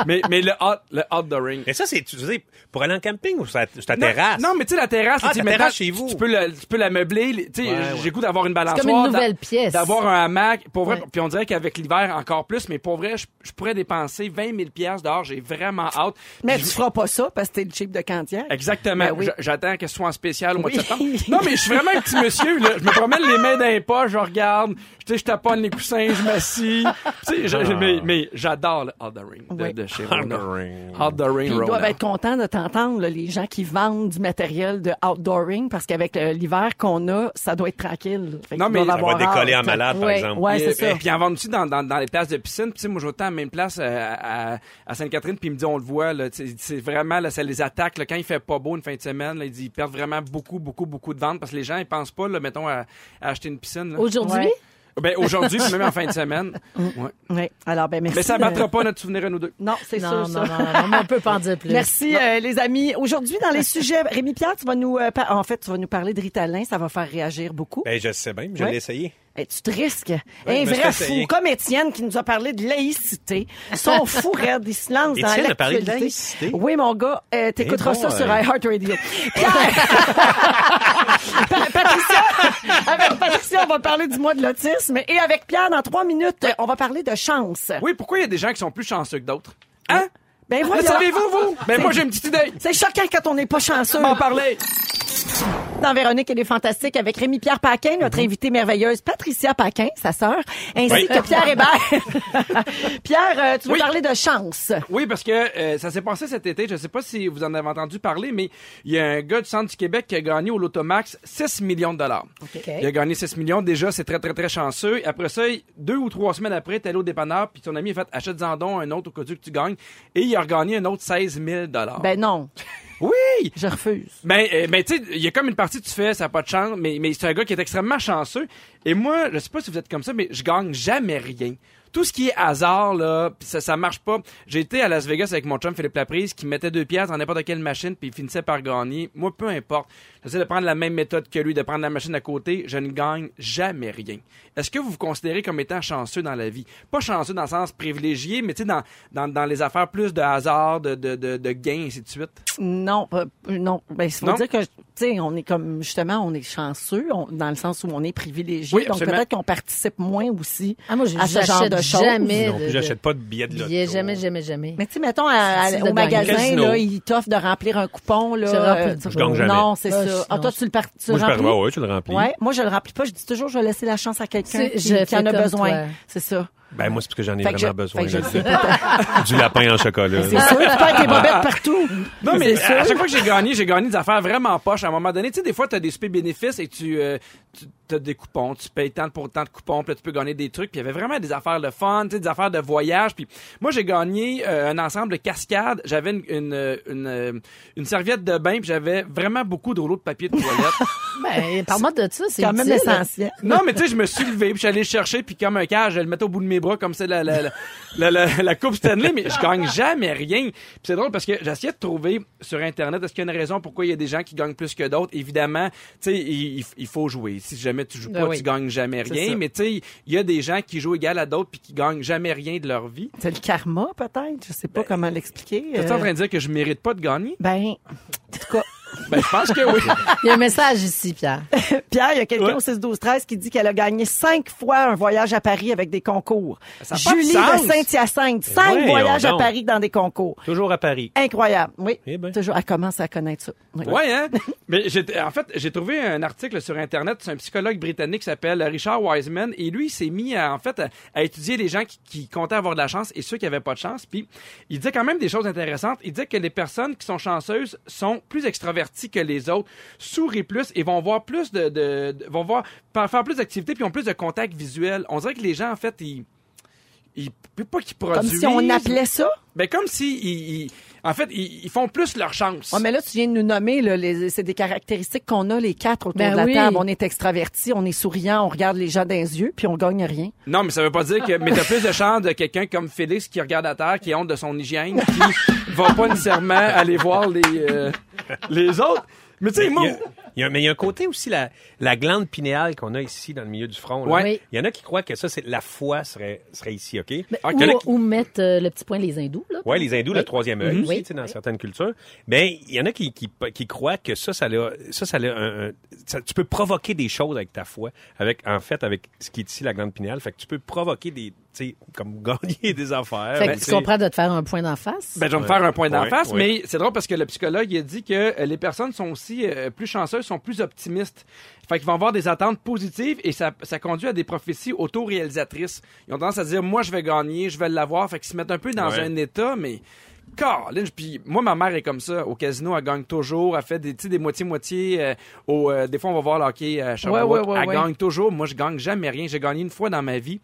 S6: mais, mais le hot, le hot the ring.
S4: Mais ça, c'est utilisé pour aller en camping ou sur ta, sur ta
S6: Non,
S4: terrasse?
S6: Non, mais tu sais, la terrasse,
S4: Ah,
S6: tu sais,
S4: ta terrasse
S6: maintenant,
S4: chez vous.
S6: Tu, peux la, tu peux la meubler. les- Tu sais, j'ai goût d'avoir une balançoire.
S5: comme une
S6: d'a-
S5: nouvelle pièce.
S6: D'avoir un hamac. Pour vrai,
S5: Ouais.
S6: puis on dirait qu'avec l'hiver, encore plus. Mais pour vrai, je, je pourrais dépenser 20 000 pièces dehors. J'ai vraiment hâte.
S3: Mais
S6: Puis
S3: tu
S6: je-
S3: feras pas ça parce que t'es le cheap de Candiac.
S6: Exactement.
S3: Ben oui.
S6: J- J'attends que ce soit en spécial au mois de
S3: Oui.
S6: septembre. Non, mais je suis vraiment un petit monsieur, là. Je me promène les mains dans les poches, je regarde. Tu sais, je taponne les coussins, je m'assis. Tu sais, je- je- mais, mais j'adore le Hard Ring de,
S3: Oui.
S6: de chez
S4: Hard
S6: Rona.
S4: Ah. Ring.
S6: Hard Ring
S3: Puis ils doivent
S6: Rona.
S3: être contents de t'entendre, là, les gens qui vendent du matériel de outdooring, parce qu'avec euh, l'hiver qu'on a, ça doit être tranquille. Fait
S6: Non,
S3: qu'ils
S6: mais
S3: doivent
S6: ça
S4: Ça va
S3: avoir
S4: décoller en
S3: hâte.
S4: malade, par
S5: Ouais.
S4: exemple.
S3: Ouais,
S6: Et-
S3: c'est ça.
S6: et Puis en vendent aussi dans, dans, dans les places de piscine. Puis tu sais, moi, je vais autant à la même place euh, à, à Sainte-Catherine, puis ils me disent, on le voit, là, tu sais, c'est vraiment, là, ça les attaque. Là, quand il fait pas beau une fin de semaine, là, ils, disent, ils perdent vraiment beaucoup, beaucoup, beaucoup de ventes parce que les gens, ils pensent pas, là, mettons, à, à acheter une piscine. là.
S5: Aujourd'hui,
S3: Ouais.
S6: Ben, aujourd'hui, puis même en fin de semaine. Ouais.
S3: Oui. Alors, ben, merci.
S6: Mais ça
S3: de-
S6: ne battra pas notre souvenir à nous deux.
S3: Non, c'est
S5: non,
S3: sûr,
S5: non,
S3: ça.
S5: non, non, non, on peut pas en dire plus.
S3: Merci euh, les amis. Aujourd'hui dans les sujets, Rémi Pierre, tu vas nous euh, par- en fait, tu vas nous parler de Ritalin, ça va faire réagir beaucoup.
S4: Ben, je sais bien, mais je
S3: Ouais.
S4: l'ai essayé.
S3: Hey, tu te risques.
S4: mais
S3: Un
S4: je
S3: vrai
S4: t'ai essayé.
S3: fou comme Étienne qui nous a parlé de laïcité. Son fou raide, il se lance dans
S4: Étienne a parlé de
S3: l'actualité.
S4: laïcité?
S3: Oui mon gars, euh, t'écouteras
S4: Eh
S3: ça
S4: bon,
S3: sur
S4: euh.
S3: iHeartRadio. Pierre- Pa- Patricia, avec Patricia, on va parler du mois de l'autisme et avec Pierre dans trois minutes, euh, on va parler de chance.
S6: Oui, pourquoi il y a des gens qui sont plus chanceux que d'autres? Hein?
S4: Ah,
S3: Ben
S6: Le
S3: voilà.
S6: savez-vous, vous? Ben moi, j'ai une petite idée.
S3: C'est choquant quand on n'est pas chanceux.
S6: M'en parler.
S3: dans Véronique et les Fantastiques avec Rémi-Pierre Paquin, notre invitée merveilleuse Patricia Paquin, sa sœur, ainsi
S4: Oui.
S3: que Pierre Hébert. Pierre, euh, tu veux
S6: Oui.
S3: parler de chance.
S6: Oui, parce que euh, ça s'est passé cet été. Je sais pas si vous en avez entendu parler, mais il y a un gars du centre du Québec qui a gagné au Lotomax 6 millions de dollars. Il a gagné 6 millions. Déjà, c'est très, très, très chanceux. Et Après ça, il- deux ou trois semaines après, t'es allé au dépanneur, puis ton ami a fait achète-en donc un autre au cas où que tu gagnes. Et il a regagné un autre 16 000 dollars.
S3: Ben non,
S6: oui!
S3: je refuse.
S6: Ben, euh, ben tu sais, il y a comme une partie que tu fais, ça n'a pas de chance, mais, mais c'est un gars qui est extrêmement chanceux. Et moi, je sais pas si vous êtes comme ça, mais je gagne jamais rien. Tout ce qui est hasard, là, pis ça, ça marche pas. J'ai été à Las Vegas avec mon chum Philippe Laprise qui mettait deux pièces dans n'importe quelle machine puis il finissait par gagner. Moi, peu importe. J'essaie de prendre la même méthode que lui, de prendre la machine à côté. Je ne gagne jamais rien. Est-ce que vous vous considérez comme étant chanceux dans la vie? Pas chanceux dans le sens privilégié, mais tu sais, dans, dans, dans les affaires plus de hasard, de, de, de, de gains, ainsi de suite.
S3: Non, euh, non. Ben, il faut
S6: Non.
S3: dire que, tu sais, on est comme, justement, on est chanceux, on- dans le sens où on est privilégié.
S6: Oui,
S3: donc
S6: absolument.
S3: peut-être qu'on participe moins aussi
S5: Ah, moi, je-
S3: à ce genre de
S5: j'achète
S3: choses.
S5: jamais.
S4: Non,
S5: de-
S4: puis
S5: de-
S4: j'achète pas de billets de loto.
S5: Billets, jamais, jamais, jamais.
S3: Mais tu sais, mettons, à- à-
S5: C'est de
S3: au
S5: gagner.
S3: magasin,
S4: Casino.
S3: là, ils t'offrent de remplir un coupon. Là,
S5: Je remplis le
S3: euh,
S5: coupon.
S4: Je gagne jamais.
S3: Non, c'est
S5: Ah, je-
S3: ça. Ah,
S5: non,
S3: toi,
S5: je-
S3: tu le, par- tu
S4: Moi,
S3: le
S4: je
S3: remplis?
S4: peux ouais, tu le remplis.
S3: Ouais, moi je le remplis pas, je dis toujours je vais laisser la chance à quelqu'un
S5: C'est-
S3: qui,
S5: je
S3: qui en
S5: fais
S3: a
S5: comme
S3: besoin.
S5: toi.
S3: C'est ça.
S4: Ben, moi, c'est parce que j'en ai
S3: Fait que
S4: vraiment
S3: je-
S4: besoin.
S3: fait que je
S4: là,
S3: le
S4: du-
S3: fais peut-être.
S4: du lapin en chocolat.
S3: C'est sûr, tu perds tes bobettes partout.
S6: Non, mais à à chaque fois que j'ai gagné, j'ai gagné des affaires vraiment poches. À un moment donné, tu sais, des fois, tu as des super bénéfices et tu, euh, tu as des coupons. Tu payes tant pour tant de coupons, puis là, tu peux gagner des trucs. Puis il y avait vraiment des affaires de fun, tu sais, des affaires de voyage. Puis moi, j'ai gagné euh, un ensemble de cascades. J'avais une, une, euh, une, euh, une serviette de bain, puis j'avais vraiment beaucoup de rouleaux de papier de toilette.
S5: Ben, parle-moi de ça, c'est
S3: C'est quand même
S5: utile.
S3: essentiel.
S6: Non, mais tu sais, je me suis levé, puis je suis allé le chercher, puis comme un cage, je le mettais au bout de mes bras, comme c'est la, la, la, la, la- la coupe Stanley, mais je gagne jamais rien. Puis c'est drôle parce que j'essayais de trouver sur Internet, est-ce qu'il y a une raison pourquoi il y a des gens qui gagnent plus que d'autres? Évidemment, tu sais, il, il- il faut jouer. si jamais tu joues
S2: Ben
S6: pas,
S2: oui.
S6: tu gagnes jamais
S3: C'est
S6: rien.
S3: ça.
S6: Mais tu sais, il y a des gens qui jouent égal à d'autres puis qui gagnent jamais rien de leur vie.
S3: C'est le karma, peut-être. Je sais pas comment l'expliquer.
S6: T'es
S3: euh,
S6: en train de dire que je mérite pas de gagner?
S3: Ben, en tout cas,
S6: Ben, je pense que oui.
S2: Il y a un message ici, Pierre.
S3: Pierre, il y a quelqu'un
S6: Ouais.
S3: au 6-12-13 qui dit qu'elle a gagné cinq fois un voyage à Paris avec des concours.
S6: Ça a pas de
S3: Julie
S6: sens.
S3: de Saint-Hyacinthe, cinq
S4: voyons
S3: voyages à
S4: donc.
S3: Paris dans des concours.
S4: Toujours à Paris.
S3: Incroyable. Oui.
S4: Eh ben.
S3: Toujours, elle commence à connaître ça. Oui.
S6: Ouais, hein? Mais j'étais- en fait, j'ai trouvé un article sur Internet. C'est un psychologue britannique qui s'appelle Richard Wiseman. Et lui, il s'est mis à, en fait, à, à étudier les gens qui, qui comptaient avoir de la chance et ceux qui n'avaient pas de chance. Puis, il disait quand même des choses intéressantes. Il disait que les personnes qui sont chanceuses sont plus extraverties que les autres, sourient plus et vont voir plus de, de- de- vont voir, pa- faire plus d'activités puis ont plus de contacts visuels. On dirait que les gens, en fait, ils, ils, pas qu'ils
S3: Comme
S6: produisent.
S3: si on appelait ça.
S6: Ben, comme si, ils, ils- en fait, ils, ils font plus leur chance.
S3: Ouais, mais là, tu viens de nous nommer, là, les- c'est des caractéristiques qu'on a les quatre autour
S2: Ben
S3: de la
S2: oui.
S3: table. On est extraverti, on est souriant, on regarde les gens dans les yeux, puis on gagne rien.
S6: Non, mais ça veut pas dire que. Mais t'as plus de chance de quelqu'un comme Félix qui regarde à terre, qui a honte de son hygiène, qui va pas nécessairement aller voir les, euh, les autres. Mais tu sais, moi.
S4: Il y a- il y a- mais il y a un côté aussi, la, la glande pinéale qu'on a ici dans le milieu du front. là.
S6: Ouais.
S2: Oui.
S4: Il y en a qui croient que ça, c'est la foi serait, serait ici, OK?
S6: Ah,
S5: Ben, Ou-
S6: quel-
S5: Ou, mettre euh, le petit point les hindous. Là.
S4: Oui, les hindous, le troisième œil
S5: Mhm.
S4: aussi,
S5: Oui.
S4: tu sais, dans certaines cultures. Mais il y en a qui, qui, qui croient que ça, ça, l'a- ça, ça, l'a un- un- ça- tu peux provoquer des choses avec ta foi, avec, en fait, avec ce qui est ici, la glande pinéale. Fait que tu peux provoquer des, tu sais, comme gagner des affaires.
S2: Fait
S4: ou,
S2: que
S4: tu
S2: tu
S4: sais.
S2: comprends de te faire un point d'en face.
S6: Ben, je vais me faire un point d'en
S4: Ouais,
S6: face,
S4: ouais.
S6: mais c'est drôle parce que le psychologue il a dit que euh, les personnes sont aussi euh, plus chanceuses, sont plus optimistes. Fait qu'ils vont avoir des attentes positives et ça, ça conduit à des prophéties autoréalisatrices. Ils ont tendance à dire moi je vais gagner, je vais l'avoir, fait qu'ils se mettent un peu dans
S4: Ouais.
S6: un état mais Colin, puis moi ma mère est comme ça au casino, elle gagne toujours, elle fait des tu sais, des moitié moitié au euh, des fois on va voir le hockey à Sherbrooke,
S3: Ouais, ouais, ouais,
S6: elle
S3: ouais.
S6: gagne toujours, moi je gagne jamais rien, j'ai gagné une fois dans ma vie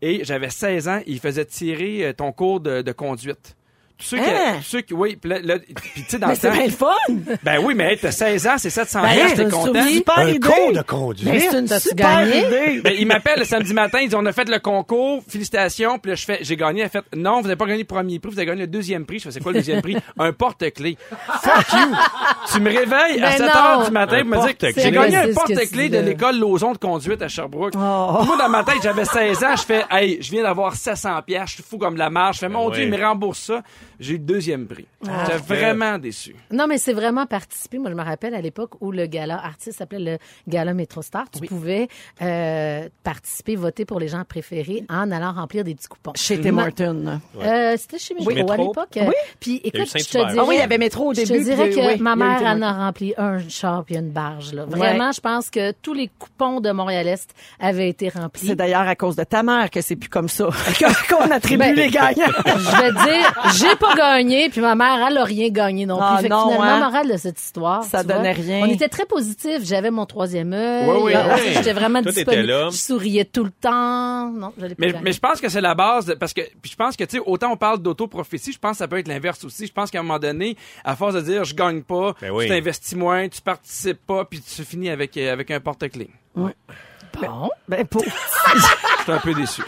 S6: et j'avais 16 ans, il faisait tirer euh, ton cours de, de conduite. Tous ceux, qui-
S3: Hein?
S6: tous ceux qui, oui, puis là- là, puis tu sais, dans
S3: Mais
S6: le
S3: c'est
S6: temps,
S3: bien le fun!
S6: ben oui, mais hey, t'as 16 ans, c'est 700
S4: Ah,
S3: Ben,
S6: piastres,
S3: c'est
S6: t'es
S3: une
S6: content.
S3: super
S4: Un
S3: idée.
S4: cours de conduite.
S3: Mais c'est une
S2: T'as-tu
S3: super
S2: gagné?
S3: idée.
S6: Ben, il m'appelle le samedi matin, il dit on a fait le concours, félicitations, puis là je fais j'ai gagné, elle fait non, vous n'avez pas gagné le premier prix, vous avez gagné le deuxième prix. Je fais c'est quoi le deuxième prix Un porte-clés. Fuck you. Tu me réveilles à
S2: Mais
S6: 7
S2: non.
S6: heures du matin pour me dire que
S4: porte-clés.
S6: j'ai gagné
S2: C'est
S6: un
S2: ce que tu
S6: porte-clés de
S2: dis là.
S6: l'école Lauson de conduite à Sherbrooke.
S3: Oh.
S6: Moi dans ma tête, j'avais 16 ans, je fais hey, je viens d'avoir 700 pièces, je suis fou comme la marche. Je fais mon
S4: Ah
S6: dieu,
S4: ouais.
S6: il me rembourse ça. J'ai eu le deuxième prix.
S3: Ah.
S6: J'étais vraiment déçu.
S5: Non, mais c'est vraiment participer. Moi, je me rappelle à l'époque où le gala artiste s'appelait le gala Métro Star. Tu pouvais euh, participer, voter pour les gens préférés en allant remplir des petits coupons.
S3: Chez Tim
S5: Ma-
S3: Hortons.
S5: Euh, C'était chez Métro
S4: Métro.
S5: à l'époque. euh,
S3: Oui.
S5: Puis
S4: y a eu
S5: écoute, je te
S4: Saint-Hubert.
S5: dirais...
S3: Ah oui, il y avait métro au début.
S5: Je te dirais
S3: puis,
S5: que
S3: oui,
S5: ma
S3: il y a eu
S5: mère
S3: Tim
S5: en
S3: Hortons.
S5: a rempli un char puis une barge. Là. Vraiment, je pense que tous les coupons de Montréal-Est avaient été remplis.
S3: C'est d'ailleurs à cause de ta mère que c'est plus comme ça que- qu'on attribue
S5: Ben,
S3: les gagnants.
S5: je vais te dire, j'ai pas gagné, puis ma mère, elle a rien gagné non plus.
S3: Ah
S5: Fait que
S3: non,
S5: finalement,
S3: hein?
S5: morale de cette histoire.
S3: Ça
S5: tu vois,
S3: donnait rien.
S5: On était très positifs. J'avais mon troisième œil.
S6: Ouais, ouais,
S5: Euh,
S4: ouais.
S5: J'étais vraiment
S4: Toi, t'étais
S5: disponible.
S4: là.
S5: Je souriais tout le temps. Non, je l'ai pas
S6: Mais,
S5: gagné.
S6: mais je pense que c'est la base de- parce que puis je pense que tu sais autant on parle d'autoprophétie, je pense que ça peut être l'inverse aussi. Je pense qu'à un moment donné, à force de dire je gagne pas,
S4: Ben oui.
S6: tu t'investis moins, tu participes pas puis tu finis avec euh, avec un porte-clés.
S3: Ben, pour-
S6: Je suis un peu déçu.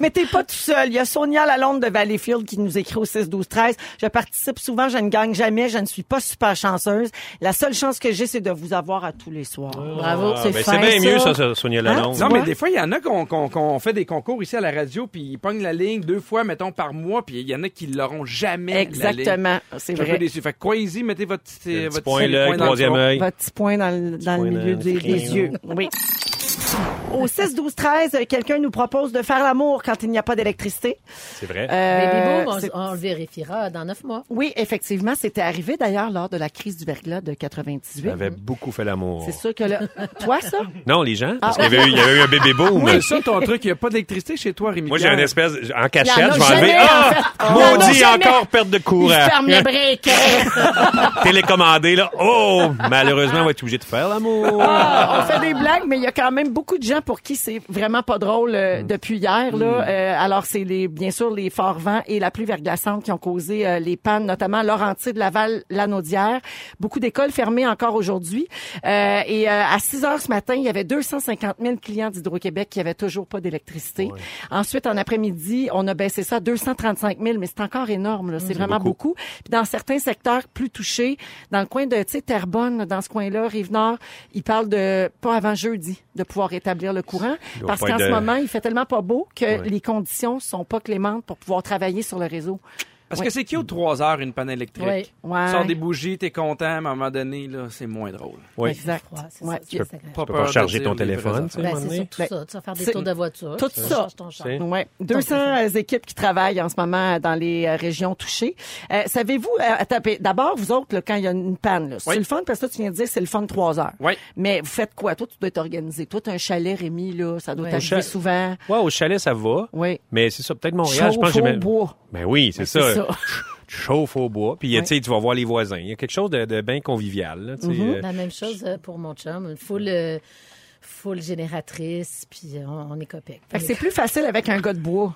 S3: Mais t'es pas tout seul. Il y a Sonia Lalonde de Valleyfield qui nous écrit au 6 12 13. Je participe souvent, je ne gagne jamais, je ne suis pas super chanceuse. La seule chance que j'ai, c'est de vous avoir à tous les soirs.
S5: Bravo.
S4: Ah,
S5: c'est
S4: ben,
S5: fin,
S4: c'est bien mieux,
S5: ça.
S4: ça, ça, Sonia
S3: Hein?
S4: Lalonde.
S6: Non,
S3: Ouais.
S6: mais des fois, il y en a qu'on qu'on- qu'on fait des concours ici à la radio, puis ils pognent la ligne deux fois, mettons, par mois, puis il y en a qui l'auront jamais. la ligne.
S3: Exactement, c'est
S6: Je suis un peu
S3: vrai.
S6: déçu. Fait que croyez-y, mettez votre petit,
S4: Le
S6: euh,
S4: petit
S6: votre
S4: point
S6: petit
S4: là,
S6: dans
S4: le
S6: le
S4: troisième
S6: front.
S4: œil.
S3: Votre petit point dans le, dans le
S4: point
S3: milieu
S4: dans
S3: des,
S4: le
S3: des
S4: crayon.
S3: yeux. Oui. Au 6 12 13, euh, quelqu'un nous propose de faire l'amour quand il n'y a pas d'électricité.
S4: C'est vrai.
S5: Baby
S3: Euh,
S5: boom, on-
S3: c'est-
S5: on, le vérifiera dans neuf mois.
S3: oui, effectivement, c'était arrivé d'ailleurs lors de la crise du verglas de 98.
S4: Elle avait beaucoup fait l'amour.
S3: C'est sûr que là, toi ça
S4: Non, les gens, parce qu'il y, avait eu- il y avait eu un bébé boom.
S6: Oui, ça, ton truc, il n'y a pas d'électricité chez toi, Rémi.
S4: Moi, j'ai un
S6: Pierre.
S4: espèce, en
S5: Il y en
S4: cachette,
S5: a
S4: je vais enlever.
S5: jamais,
S4: Ah!
S3: en a
S4: Maudit,
S3: jamais.
S4: encore perte de courant.
S5: le briquet.
S4: Télécommandé, là. Oh! Malheureusement, on va être obligé de faire l'amour.
S3: Ah, on fait des blagues, mais il y a quand même beaucoup de gens pour qui c'est vraiment pas drôle euh, depuis hier. Là. Euh, alors, c'est les, bien sûr les forts vents et la pluie verglaçante qui ont causé euh, les pannes, notamment Laurentides, Laval, Lanaudière. Beaucoup d'écoles fermées encore aujourd'hui. Euh, et euh, à 6 heures ce matin, il y avait 250 000 clients d'Hydro-Québec qui avaient toujours pas d'électricité. Ensuite, en après-midi, on a baissé ça à 235 000, mais c'est encore énorme. là. C'est vraiment beaucoup. Puis dans certains secteurs plus touchés, dans le coin de tu sais, Terrebonne, dans ce coin-là, Rive-Nord, ils parlent de pas avant jeudi de pouvoir rétablir le courant.
S4: doit
S3: Parce
S4: pas
S3: qu'en
S4: être
S3: ce
S4: de-
S3: moment, il fait tellement pas beau que
S4: Ouais.
S3: les conditions sont pas clémentes pour pouvoir travailler sur le réseau.
S6: Parce
S3: Ouais.
S6: que c'est qui aux trois heures une panne électrique?
S5: Ouais.
S3: Ouais.
S6: Sors des bougies, t'es content, mais à un moment donné, là, c'est moins drôle.
S4: Oui.
S3: Exact.
S5: Ouais, c'est
S3: Ouais.
S5: ça, c'est
S4: peux-
S5: désagréable.
S6: Pas
S4: Tu peux
S6: peur
S4: pas
S6: de
S4: charger
S6: dire
S4: ton
S6: les vraies
S4: téléphone,
S6: affaires.
S4: tu sais.
S5: Ben,
S4: à un moment
S5: c'est
S4: donné.
S5: surtout ça. Tu vas faire des tours de voiture.
S3: Tout
S5: tu
S3: ça.
S5: changes ton char.
S4: C'est-
S3: Ouais.
S6: euh,
S3: 200 équipes qui travaillent en ce moment dans les euh, régions touchées. Euh, Savez-vous, euh, attends, puis d'abord, vous autres, là, quand il y a une panne, là, c'est
S6: Oui.
S3: le fun, parce que toi, tu viens de dire c'est le fun de trois heures.
S6: Oui.
S3: Mais vous faites quoi? Toi, tu dois être organisé. Toi, t'as un chalet, Rémi, là, ça doit
S2: Oui.
S3: t'arriver
S4: Un cha-
S3: souvent.
S4: Ouais, au chalet, ça va.
S3: Oui.
S4: Mais c'est ça, peut-être Montréal, je pense que j'ai
S3: Chauffe au
S4: même-
S3: bois.
S4: Ben oui, c'est ça.
S3: C'est ça.
S4: Tu chauffes au bois, puis
S3: Ouais.
S4: tu sais, tu vas voir les voisins. Il y a quelque chose de, de bien convivial. là, tu sais, euh,
S3: Mm-hmm.
S5: La même chose euh, pour mon chum. Une foule, euh, foule génératrice, puis euh, on, on est copains.
S3: Fait que c'est plus facile avec un gars de bois.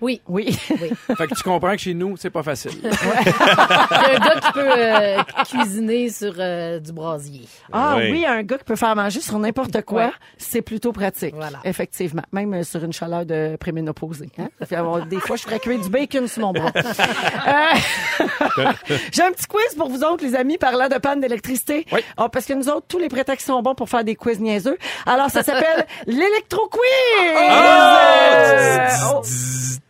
S5: Oui.
S3: Oui.
S5: oui.
S6: Fait que tu comprends que chez nous, c'est pas facile.
S3: Oh,
S5: Il y a un gars qui peut euh, cuisiner sur euh, du brasier.
S3: Ah
S4: Oui.
S3: oui, un gars qui peut faire manger sur n'importe quoi,
S5: Ouais.
S3: c'est plutôt pratique.
S5: Voilà.
S3: Effectivement. Même euh, sur une chaleur de préménopausée. Hein? Ça fait avoir- Des fois, je ferais cuire du bacon sur mon bras. Euh, J'ai un petit quiz pour vous autres, les amis, parlant de panne d'électricité.
S6: Oui.
S3: Ah, parce que nous autres, tous les prétextes sont bons pour faire des quiz niaiseux. Alors, ça s'appelle l'électro-quiz! Euh, oh.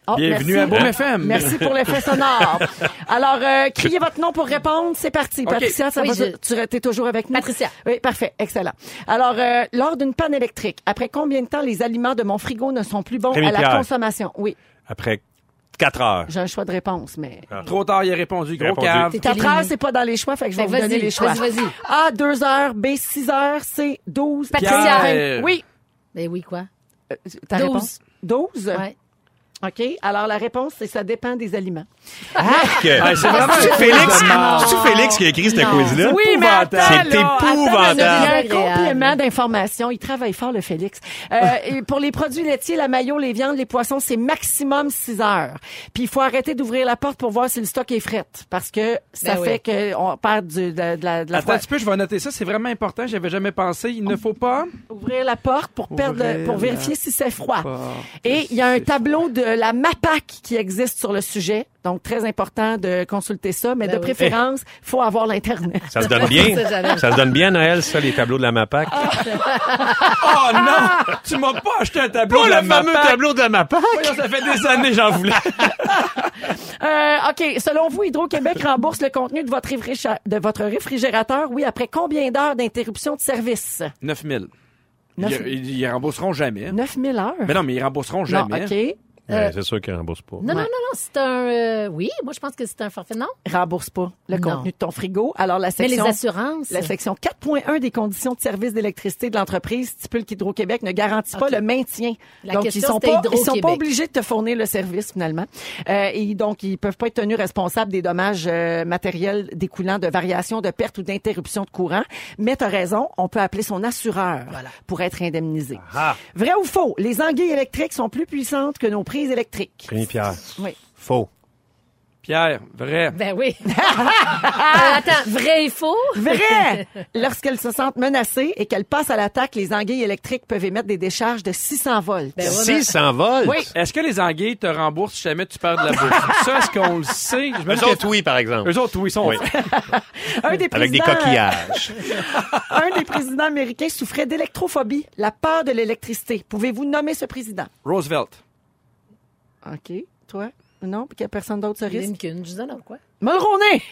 S3: Oh,
S6: Bienvenue
S3: merci.
S6: à Boom FM.
S3: Merci pour l'effet sonore. Alors, euh, criez votre nom pour répondre. C'est parti. Patricia, ça
S5: Oui,
S3: va,
S5: je-
S3: tu es toujours avec nous?
S5: Patricia.
S3: Oui, parfait. Excellent. Alors, euh, lors d'une panne électrique, après combien de temps les aliments de mon frigo ne sont plus bons
S4: Rémi
S3: à la
S4: Pierre.
S3: consommation? Oui,
S4: Après 4 heures.
S3: j'ai un choix de réponse, mais...
S6: Trop tard, il a répondu. Gros
S4: Répondu.
S6: cave.
S5: T'es
S3: Quatre
S5: éliminé.
S3: heures, c'est pas dans les choix, fait que je vais
S5: Fait que
S3: vous donner
S5: Ben, vas-y,
S3: les choix.
S5: vas-y, vas-y.
S3: A, 2 heures. B, 6 heures. C, 12.
S5: Patricia.
S6: Pierre.
S3: Oui.
S5: Ben oui, quoi?
S3: Euh, Ta
S5: Douze.
S3: réponse? 12?
S5: Ouais.
S3: OK. Alors, la réponse, c'est ça dépend des aliments.
S4: Ah, c'est vraiment un Félix. C'est Félix qui a écrit cette quiz-là.
S3: Oui, mais attends,
S4: C'est
S3: là, attends,
S4: épouvantable.
S3: il y a
S5: C'est
S3: un
S5: agréable.
S3: complément d'information. Il travaille fort, le Félix. Euh, et pour les produits laitiers, la maillot, les viandes, les poissons, c'est maximum 6 heures. Puis il faut arrêter d'ouvrir la porte pour voir si le stock est fret. Parce que ça
S5: Ben oui.
S3: fait qu'on perd du, de, de la, de la
S6: Attends un
S3: froid.
S6: petit peu, je vais noter ça. C'est vraiment important. J'avais jamais pensé. Il ne faut pas.
S3: Ouvrir la porte pour perdre,
S6: Ouvrir
S3: pour
S6: la
S3: vérifier si c'est froid.
S6: porte.
S3: Et il y a un tableau de la MAPAC qui existe sur le sujet. Donc, très important de consulter ça. Mais de
S5: Ben oui.
S3: préférence, faut avoir l'Internet.
S4: Ça se donne bien.
S5: Ça, j'adore.
S4: Ça se donne bien, Noël, ça, les tableaux de la MAPAC.
S3: Ah,
S6: Oh non! Tu m'as pas acheté un tableau.
S4: Oh,
S6: de
S4: le
S6: la
S4: fameux
S6: MAPAC.
S4: tableau de la MAPAC.
S6: Voyons, Ça fait des années j'en voulais.
S3: Euh, OK. Selon vous, Hydro-Québec rembourse le contenu de votre, réfrigé- de votre réfrigérateur, oui, après combien d'heures d'interruption de service?
S6: 9000.
S3: Neuf-
S6: Ils, ils- ils rembourseront jamais. hein.
S3: 9000 heures?
S6: Mais non, mais ils rembourseront
S3: Non,
S6: jamais. hein.
S3: OK.
S4: Ouais, c'est sûr qu'ils remboursent pas.
S5: Non, non, non, non, c'est un... euh, oui, moi, je pense que c'est un forfait. Non,
S3: Rembourse pas le
S5: Non.
S3: contenu de ton frigo. Alors, la
S5: mais les
S3: section...
S5: assurances...
S3: la section 4.1 des conditions de service d'électricité de l'entreprise stipule qu'Hydro-Québec ne garantit pas
S5: OK.
S3: le maintien.
S5: La
S3: donc, ils
S5: question,
S3: sont
S5: c'était
S3: pas, ils sont pas
S5: Hydro-Québec.
S3: obligés de te fournir le service, finalement. Euh, et donc, ils peuvent pas être tenus responsables des dommages euh, matériels découlant de variations de pertes ou d'interruptions de courant. Mais t'as raison, on peut appeler son assureur
S5: Voilà.
S3: pour être indemnisé. Vrai ou faux? Les anguilles électriques sont plus puissantes que nos prises électriques.
S4: Rémi Pierre.
S3: Oui.
S4: Faux.
S6: Pierre, vrai.
S5: Ben oui. Euh, attends, vrai et faux?
S3: Vrai! Lorsqu'elles se sentent menacées et qu'elles passent à l'attaque, les anguilles électriques peuvent émettre des décharges de 600 volts.
S5: Ben ouais, mais-
S4: 600 volts.
S3: Oui.
S6: Est-ce que les anguilles te remboursent si jamais tu perds de la bourse? ça, est-ce qu'on le sait? Je me
S4: Eux
S6: demande-
S4: autres, oui, par exemple.
S6: Eux autres, oui, ils sont.
S4: Oui.
S3: Un des
S4: Avec des
S3: présidents- euh,
S4: coquillages.
S3: Un des présidents américains souffrait d'électrophobie, la peur de l'électricité. Pouvez-vous nommer ce président?
S6: Roosevelt.
S3: OK. Toi? Non? Puis qu'il y a personne d'autre se risque?
S5: Lincoln, je dis non, quoi?
S3: Mulroney!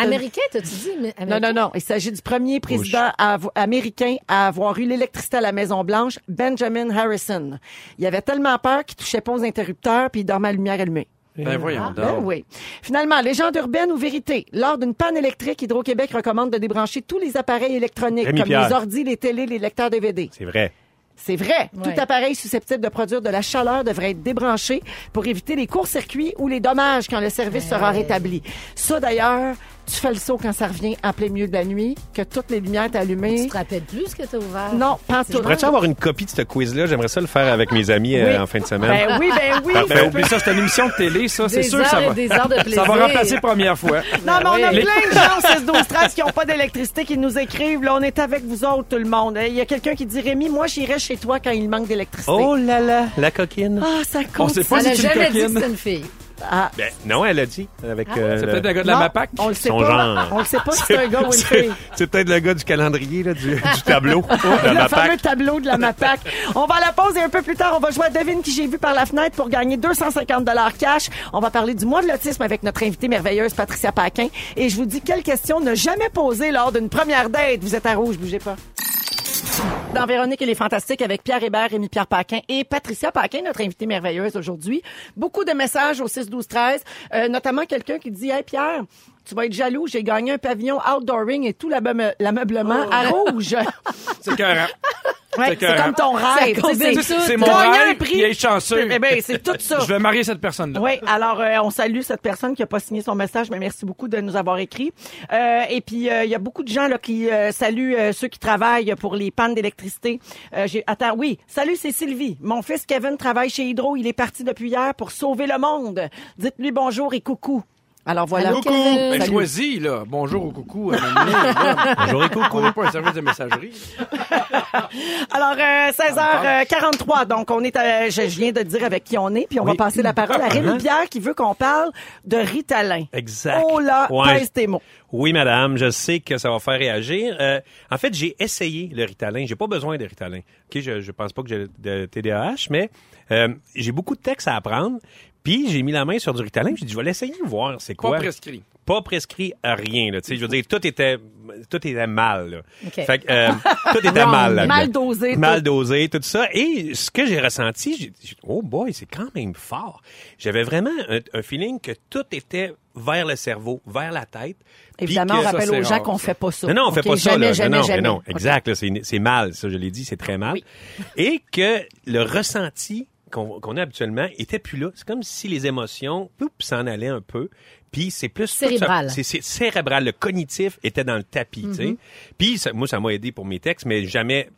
S5: Américain, t'as-tu dit? mais-
S3: Non,
S5: américain?
S3: non, non. Il s'agit du premier président à avo- américain à avoir eu l'électricité à la Maison-Blanche, Benjamin Harrison. Il avait tellement peur qu'il touchait pas aux interrupteurs puis il dormait à lumière allumée.
S6: Ben voyons
S3: Ben
S6: donc.
S3: oui. Finalement, légende urbaine ou vérité? Lors d'une panne électrique, Hydro-Québec recommande de débrancher tous les appareils électroniques,
S4: Rémi
S3: comme
S4: Pierre.
S3: les ordis, les télés, les lecteurs DVD.
S4: C'est vrai.
S3: C'est vrai.
S5: Ouais.
S3: Tout appareil susceptible de produire de la chaleur devrait être débranché pour éviter les courts-circuits ou les dommages quand le service sera rétabli. Ça, d'ailleurs, tu fais le saut quand ça revient en plein milieu de la nuit, que toutes les lumières t'allumées.
S5: Tu te rappelles plus ce que t'as ouvert?
S3: Non, pas tout.
S4: Pourrais-tu avoir une copie de ce quiz-là? J'aimerais ça le faire avec mes amis euh,
S3: Oui.
S4: en fin de semaine.
S3: Ben oui, ben oui.
S4: Parfait.
S6: Ben, oublie ça, c'est une émission de télé, ça. C'est
S2: Des
S6: sûr
S2: heures
S6: que ça
S2: et
S6: va.
S2: des heures de
S6: Ça
S2: plaisir.
S6: va remplacer première fois.
S3: Non, mais on a
S6: oui.
S3: plein de gens au 6 12 13 qui n'ont pas d'électricité, qui nous écrivent. Là, on est avec vous autres, tout le monde. Il y a quelqu'un qui dit Rémi, moi, j'irai chez toi quand il manque d'électricité.
S4: Oh là là, la coquine.
S3: Ah, ça compte.
S6: On sait pas
S2: Elle n'a
S6: si c'est une
S2: jamais dit que
S6: coquine.
S2: c'était une fille.
S3: Ah,
S4: Ben, non, elle a dit. Avec, euh,
S6: C'est
S4: le-
S6: peut-être un gars de la
S3: non,
S6: MAPAC.
S3: On le sait
S4: Son
S3: pas.
S4: genre.
S3: On le sait pas si Ah Oh, c'est un gars ou une
S4: C'est-
S3: fille.
S4: C'est peut-être le gars du calendrier, là, du, du tableau. de
S3: le
S4: ma
S3: fameux
S4: PAC.
S3: tableau de la MAPAC. On va à la pause et un peu plus tard, on va jouer à Devine qui j'ai vu par la fenêtre pour gagner 250 cash. On va parler du mois de l'autisme avec notre invitée merveilleuse Patricia Paquin. Et je vous dis quelle question ne jamais poser lors d'une première date. Vous êtes à rouge, bougez pas. Dans Véronique et les Fantastiques avec Pierre Hébert, Rémi Pierre Paquin et Patricia Paquin, notre invitée merveilleuse aujourd'hui. Beaucoup de messages au 6-12-13, euh, notamment quelqu'un qui dit Hey Pierre, tu vas être jaloux, j'ai gagné un pavillon outdooring et tout l'ameu- l'ameublement à rouge.
S6: C'est écœurant.
S3: Ouais,
S6: que-
S3: euh, c'est comme ton rêve. tu sais,
S6: C'est c'est mon
S3: Gagner
S6: rêve,
S3: un prix.
S6: il est chanceux.
S3: Eh ben, c'est tout ça.
S6: Je vais marier cette personne-là.
S3: Oui, alors euh, on salue cette personne qui a pas signé son message, mais merci beaucoup de nous avoir écrit. Euh, et puis euh, il y a beaucoup de gens là qui euh, saluent euh, ceux qui travaillent pour les pannes d'électricité. Euh, j'ai attends, oui, salut c'est Sylvie. Mon fils Kevin travaille chez Hydro, il est parti depuis hier pour sauver le monde. Dites-lui bonjour et coucou. Alors voilà.
S5: Allô, Kevin.
S6: Ben,
S5: Salut.
S6: choisis, là. Bonjour ou coucou. à un moment donné, là.
S4: Bonjour et coucou.
S6: On n'est pas un service de messagerie.
S3: Alors, euh, 16h43, donc on est à- je, je viens de dire avec qui on est, puis on va passer la parole à
S4: Hein?
S3: Rémi Pierre qui veut qu'on parle de Ritalin.
S4: Exact.
S3: Oh là,
S4: Ouais.
S3: pèse tes mots.
S4: Oui, madame, je sais que ça va faire réagir. Euh, en fait, j'ai essayé le Ritalin. J'ai pas besoin de Ritalin. OK, je, je pense pas que j'ai de TDAH, mais euh, j'ai beaucoup de textes à apprendre. Puis j'ai mis la main sur du Ritalin. J'ai dit, je vais l'essayer, voir c'est quoi.
S6: Pas prescrit.
S4: Pas prescrit à rien. Là, tu sais, je veux dire, tout était, tout était mal. là.
S2: OK.
S4: Fait que, euh, tout était mal. là-dedans.
S3: Mal dosé, tout.
S4: Mal dosé, tout ça. Et ce que j'ai ressenti, j'ai dit, oh boy, c'est quand même fort. J'avais vraiment un, un feeling que tout était vers le cerveau, vers la tête. puis
S3: Évidemment, on
S4: que-
S3: rappelle
S6: ça,
S3: aux
S6: c'est
S3: gens
S6: rare,
S3: qu'on
S6: ça.
S3: fait pas ça.
S4: non, non, on fait
S3: OK?
S4: pas ça.
S3: Jamais,
S4: là.
S3: jamais,
S4: non, non,
S3: jamais.
S4: mais non, exact. là, c'est- c'est mal, ça, je l'ai dit, c'est très mal. Et que le ressenti qu'on qu'on a habituellement était plus là. C'est comme si les émotions poup, s'en allaient un peu. Puis c'est plus...
S2: Cérébral.
S4: C'est c'est cérébral. Le cognitif était dans le tapis, tu sais.
S3: Mm-hmm.
S4: Puis ça- moi, ça m'a aidé pour mes textes, mais jamais...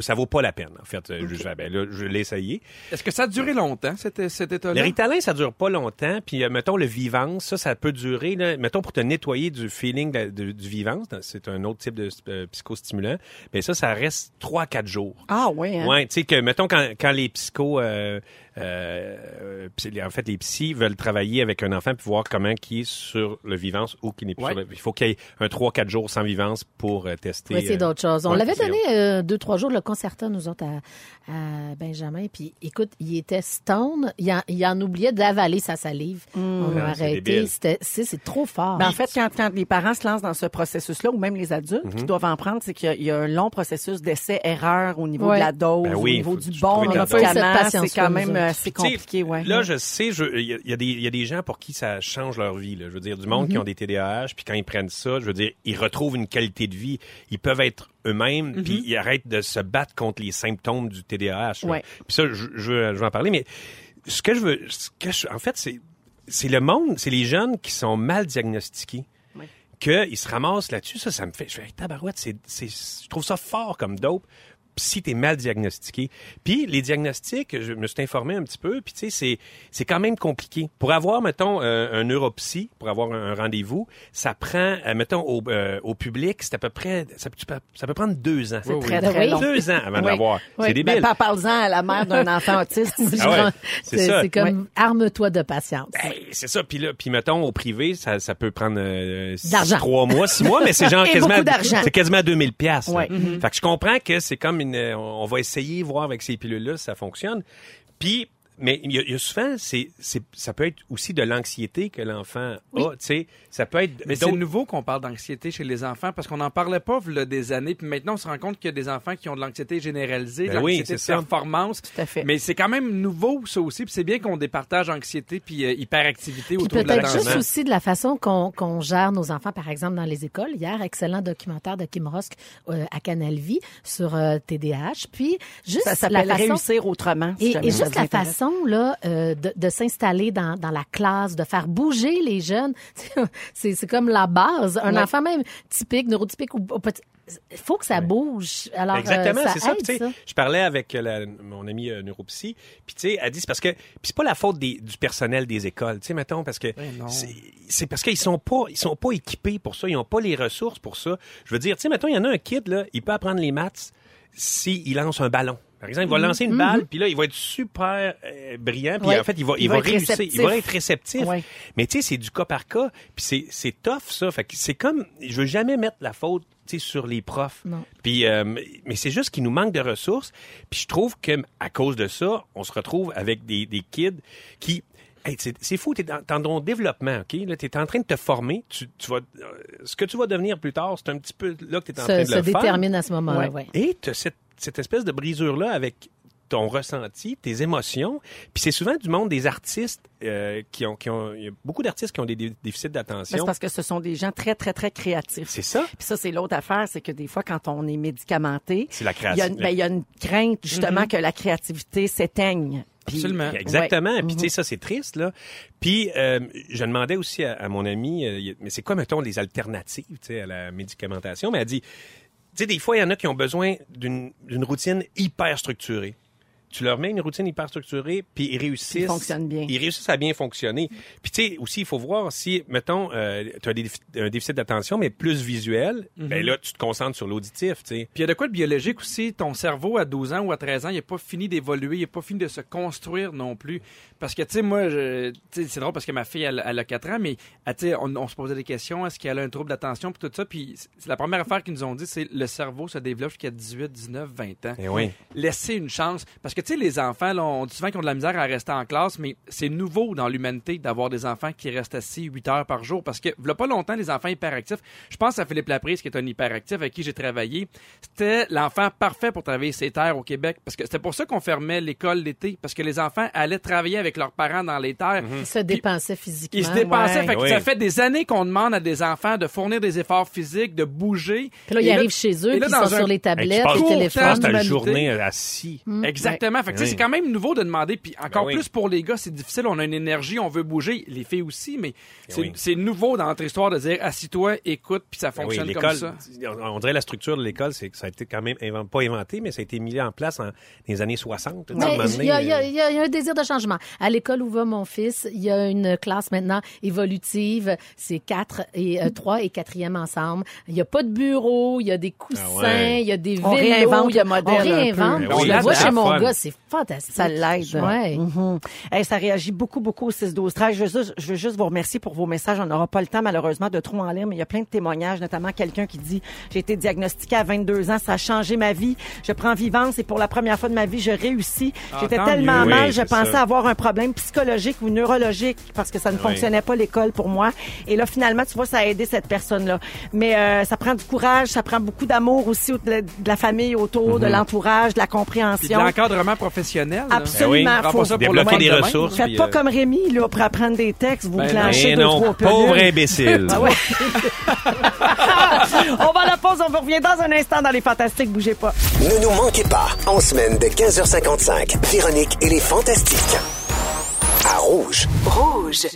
S4: Ça vaut pas la peine, en fait. Je- Je, ben là, je l'ai essayé.
S6: Est-ce que ça a duré longtemps, cet, cet
S4: Le
S6: état-là?
S4: Ritalin, ça dure pas longtemps. Puis, euh, mettons, le Vivance, ça, ça peut durer. là. mettons, pour te nettoyer du feeling de- de- du Vivance, c'est un autre type de euh, psychostimulant. Mais ça, ça reste 3 quatre jours.
S3: Ah oui, hein?
S4: Ouais, tu sais que mettons quand, quand les psychos, euh, euh, euh, psy- en fait les psys veulent travailler avec un enfant pour voir comment qui est sur le vivance ou qui n'est plus
S6: Ouais.
S4: sur le, il faut qu'il y ait un 3 4 jours sans vivance pour euh, tester.
S2: On va essayer
S4: euh,
S2: d'autres choses. On
S4: ouais,
S2: l'avait
S4: c'est
S2: donné euh, deux, trois jours, le concerto, nous autres, à, à Benjamin. Puis, écoute, il était stone. Il en, il en oubliait d'avaler sa salive. On a
S4: Ah, c'est
S2: arrêté.
S4: débile.
S2: C'était- C'est c'est trop fort.
S3: Ben, en fait, quand, quand les parents se lancent dans ce processus-là, ou même les adultes
S4: Mhm.
S3: qui doivent en prendre, c'est qu'il y a- il y, a un long processus d'essai-erreur au niveau
S2: Ouais.
S3: de la dose,
S4: Ben oui,
S3: au niveau
S4: faut-
S3: du
S4: tu
S3: bon
S2: On
S4: trouves ta dose.
S2: n'a pas eu
S3: médicament.
S2: cette
S3: C'est
S2: patience-là,
S3: quand même euh,
S2: nous autres.
S3: assez
S4: Puis, tu sais,
S3: compliqué, ouais.
S4: Là, je sais, je- il y, a- il y a des- il y a des gens pour qui ça change leur vie. là. Je veux dire, du
S3: Mm-hmm.
S4: monde qui ont des TDAH, puis quand ils prennent ça, je veux dire, ils retrouvent une qualité de vie. Ils peuvent être eux-mêmes,
S3: Mm-hmm.
S4: puis ils arrêtent de se battre contre les symptômes du TDAH. là.
S3: Ouais.
S4: Puis ça, je, je, veux- je vais en parler, mais ce que je veux, ce que je- en fait, c'est c'est le monde, c'est les jeunes qui sont mal diagnostiqués. Qu'ils se ramassent là-dessus, ça, ça me fait. Je fais, hey, tabarouette, c'est, c'est, je trouve ça fort comme dope si t'es mal diagnostiqué. Puis les diagnostics, je me suis informé un petit peu, puis tu sais, c'est, c'est quand même compliqué. Pour avoir, mettons, euh, un neuropsy, pour avoir un, un rendez-vous, ça prend, euh, mettons, au, euh, au public, c'est à peu près, ça, peut- tu peux- ça peut prendre deux ans.
S3: c'est très,
S2: Ben
S3: très
S2: oui.
S3: long.
S4: Deux ans avant de l'avoir. C'est
S3: Ben,
S4: débile.
S3: pas parle-en à la mère d'un enfant autiste.
S4: Ah ouais, c'est
S2: c'est
S4: ça. Ben,
S2: c'est comme arme-toi de patience.
S4: Hey, c'est ça. Puis là, puis mettons, au privé, ça, ça peut prendre euh, six-
S2: D'argent.
S4: trois mois, six mois, mais c'est genre
S2: Et
S4: quasiment,
S2: beaucoup d'argent.
S4: c'est quasiment 2000 pièces.
S3: Ouais.
S6: Mm-hmm.
S4: Fait que je comprends que c'est comme une, euh, on va essayer voir avec ces pilules-là si ça fonctionne. Puis, mais il y, a- il y a souvent, c'est, c'est, ça peut être aussi de l'anxiété que l'enfant a. Tu sais, ça peut être.
S6: Mais c'est
S4: d'autres-
S6: nouveau qu'on parle d'anxiété chez les enfants parce qu'on n'en parlait pas v'là des années. Puis maintenant, on se rend compte qu'il y a des enfants qui ont de l'anxiété généralisée, de
S4: Ben oui,
S6: l'anxiété de
S4: c'est ça.
S6: performance.
S3: Tout à fait.
S6: Mais c'est quand même nouveau, ça aussi. Puis c'est bien qu'on départage anxiété puis euh,
S2: Puis
S6: hyperactivité autour de la
S2: peut-être
S6: danse.
S4: hein.
S2: juste aussi de la façon qu'on qu'on gère nos enfants, par exemple, dans les écoles. Hier, excellent documentaire de Kim Rosk euh, à Canal Vie sur euh, TDAH. Puis juste
S3: Ça
S2: la
S3: s'appelle
S2: façon...
S3: réussir autrement. si
S2: Et,
S3: jamais
S2: et
S3: ça
S2: juste
S3: vous
S2: la
S3: intéresse.
S2: façon façon là, euh, de, de s'installer dans, dans la classe, de faire bouger les jeunes, c'est c'est comme la base. Un enfant même typique, neurotypique, ou, ou petit- faut que ça bouge. Alors, euh,
S4: Exactement, c'est ça.
S2: aide,
S4: Puis, tu sais,
S2: ça.
S4: Je parlais avec euh, la- mon amie euh, neuropsy, puis tu sais, elle dit c'est parce que puis c'est pas la faute des- du personnel des écoles, tu sais, mettons, parce que c'est- c'est parce qu'ils sont pas ils sont pas équipés pour ça, ils ont pas les ressources pour ça. Je veux dire, tu sais, mettons, il y en a un kid là, il peut apprendre les maths s'il lance un ballon. Par exemple, il va lancer une balle, puis là, il va être super euh, brillant, puis
S2: Ouais.
S4: en fait, il va, il
S3: Il
S4: va,
S3: va être
S4: réussir, il
S3: réceptif.
S4: va être réceptif.
S3: Ouais.
S4: Mais tu sais, c'est du cas par cas, puis c'est, c'est tough, ça. Fait que c'est comme, je veux jamais mettre la faute, tu sais, sur les profs. Puis, euh, mais c'est juste qu'il nous manque de ressources. Puis je trouve que à cause de ça, on se retrouve avec des, des kids qui... hey, c'est, c'est fou, t'es dans, dans ton développement, OK? Là, t'es en train de te former. Tu, tu vas, euh, ce que tu vas devenir plus tard, c'est un petit peu là que t'es en train
S2: se, se
S4: de le faire.
S2: détermine à ce moment-là. ouais.
S4: Et t'as cette, cette espèce de brisure-là avec ton ressenti, tes émotions. Puis c'est souvent du monde des artistes euh, qui ont... qui ont- Il y a beaucoup d'artistes qui ont des dé- déficits
S3: Ben,
S4: d'attention.
S3: c'est parce que ce sont des gens très, très, très créatifs.
S4: C'est ça.
S3: Puis ça, c'est l'autre affaire, c'est que des fois, quand on est médicamenté,
S4: C'est la
S3: il y a,
S4: création.
S3: ben, il y a une crainte justement que la créativité s'éteigne. Puis-
S6: Absolument.
S4: Exactement. Puis,
S3: Mhm.
S4: tu sais, ça, c'est triste, là. Puis, euh, je demandais aussi à, à mon amie, euh, y- mais c'est quoi, mettons, les alternatives, tu sais, à la médicamentation? Mais elle dit, tu sais, des fois, il y en a qui ont besoin d'une d'une routine hyper structurée. Tu leur mets une routine hyper structurée, puis ils réussissent.
S3: Ils fonctionnent bien.
S4: Ils réussissent à bien fonctionner. Puis, tu sais, aussi, il faut voir si, mettons, euh, tu as des défi- un déficit d'attention, mais plus visuel, ben là, tu te concentres sur l'auditif, tu sais.
S6: Puis il y a de quoi de biologique aussi. Ton cerveau à 12 ans ou à 13 ans, il n'est pas fini d'évoluer, il n'est pas fini de se construire non plus. Parce que, tu sais, moi, je- tu sais, c'est drôle parce que ma fille, elle, elle a 4 ans, mais elle, tu sais, on, on se posait des questions. Est-ce qu'elle a un trouble d'attention puis tout ça? Puis c'est la première affaire qu'ils nous ont dit, c'est le cerveau se développe jusqu'à 18, 19, 20 ans.
S4: Eh oui.
S6: Laissez une chance. Parce que, tu sais, les enfants, là, on dit souvent qu'ils ont de la misère à rester en classe, mais c'est nouveau dans l'humanité d'avoir des enfants qui restent assis 8 heures par jour. Parce que, il pas longtemps, les enfants hyperactifs, je pense à Philippe Laprise, qui est un hyperactif avec qui j'ai travaillé, c'était l'enfant parfait pour travailler ses terres au Québec. Parce que c'était pour ça qu'on fermait l'école l'été. Parce que les enfants allaient travailler avec leurs parents dans les terres.
S2: Ils se dépensaient physiquement.
S6: Ils se dépensaient.
S3: ouais.
S6: Fait que
S4: Oui.
S6: Ça fait des années qu'on demande à des enfants de fournir des efforts physiques, de bouger.
S2: Puis là, ils
S6: Et
S2: arrivent chez eux, puis
S6: et là,
S2: ils
S6: dans
S2: sont
S6: un-
S2: sur les tablettes,
S4: Hey,
S2: les
S6: passes-
S4: tu Je pense
S2: téléphones.
S4: que t'as une
S6: Humanité.
S4: journée assis.
S6: Exactement. Fait que, tu sais,
S4: Ben Oui.
S6: c'est quand même nouveau de demander. Puis encore
S4: Ben oui.
S6: plus pour les gars, c'est difficile. On a une énergie, on veut bouger. Les filles aussi, mais c'est
S4: Ben oui. Ben
S6: c'est nouveau dans notre histoire de dire assis-toi, écoute, puis ça
S4: Oui,
S6: fonctionne comme
S4: l'école,
S6: ça.
S4: on on dirait la structure de l'école, c'est que ça a été quand même invent- pas inventé, mais ça a été mis en place en, dans les années 60. tu sais, à un
S2: Mais
S4: moment
S2: Il y, a-
S4: donné,
S2: il y a-
S4: euh,
S2: il y a il y a un désir de changement. À l'école où va mon fils, il y a une classe maintenant évolutive. C'est quatre et euh, trois et quatrième ensemble. Il n'y a pas de bureau, il y a des coussins,
S4: Ah ouais.
S2: il y a des
S3: On
S2: vélos.
S3: réinvente le modèle
S2: On
S3: un peu.
S2: réinvente.
S4: Mais
S2: Je
S4: oui,
S2: le vois
S4: c'est
S2: chez
S4: la
S2: mon
S4: fun.
S2: gars, c'est fantastique.
S3: Ça l'aide.
S2: Ouais.
S3: Mhm. Hey, ça réagit beaucoup, beaucoup au 6-12-13. Je, veux juste- je veux juste vous remercier pour vos messages. On n'aura pas le temps, malheureusement, de trop en lire, mais il y a plein de témoignages, notamment quelqu'un qui dit « J'ai été diagnostiqué à 22 ans, ça a changé ma vie. Je prends vivance et pour la première fois de ma vie, je réussis. J'étais
S6: tant
S3: tellement
S4: mieux.
S3: mal,
S4: Oui,
S3: je
S4: c'est
S3: pensais
S4: ça.
S3: avoir un problème psychologique ou neurologique parce que ça ne fonctionnait pas l'école pour moi. Et là, finalement, tu vois, ça a aidé cette personne-là. Mais euh, ça prend du courage, ça prend beaucoup d'amour aussi au- de la famille autour, de l'entourage, de la
S6: Puis de
S3: compréhension.
S6: l'encadrement professionnel.
S3: Ah
S6: là.
S3: Absolument.
S4: Ben
S3: faut
S4: oui.
S6: Prends pas ça pour le
S4: Débloquer
S6: monde
S4: des
S6: demain.
S4: ressources.
S3: Faites
S4: puis,
S3: pas
S4: euh,
S3: comme Rémi, là, pour apprendre des textes, vous
S6: Ben
S3: clenchez
S4: eh
S3: deux,
S4: non,
S3: trois
S4: pauvre
S3: pilules.
S4: imbécile.
S3: Ah ouais. on va à la pause, on vous revient dans un instant dans les Fantastiques, bougez pas.
S1: Ne nous manquez pas, en semaine de 15h55, Véronique et les Fantastiques. À Rouge.
S9: Rouge.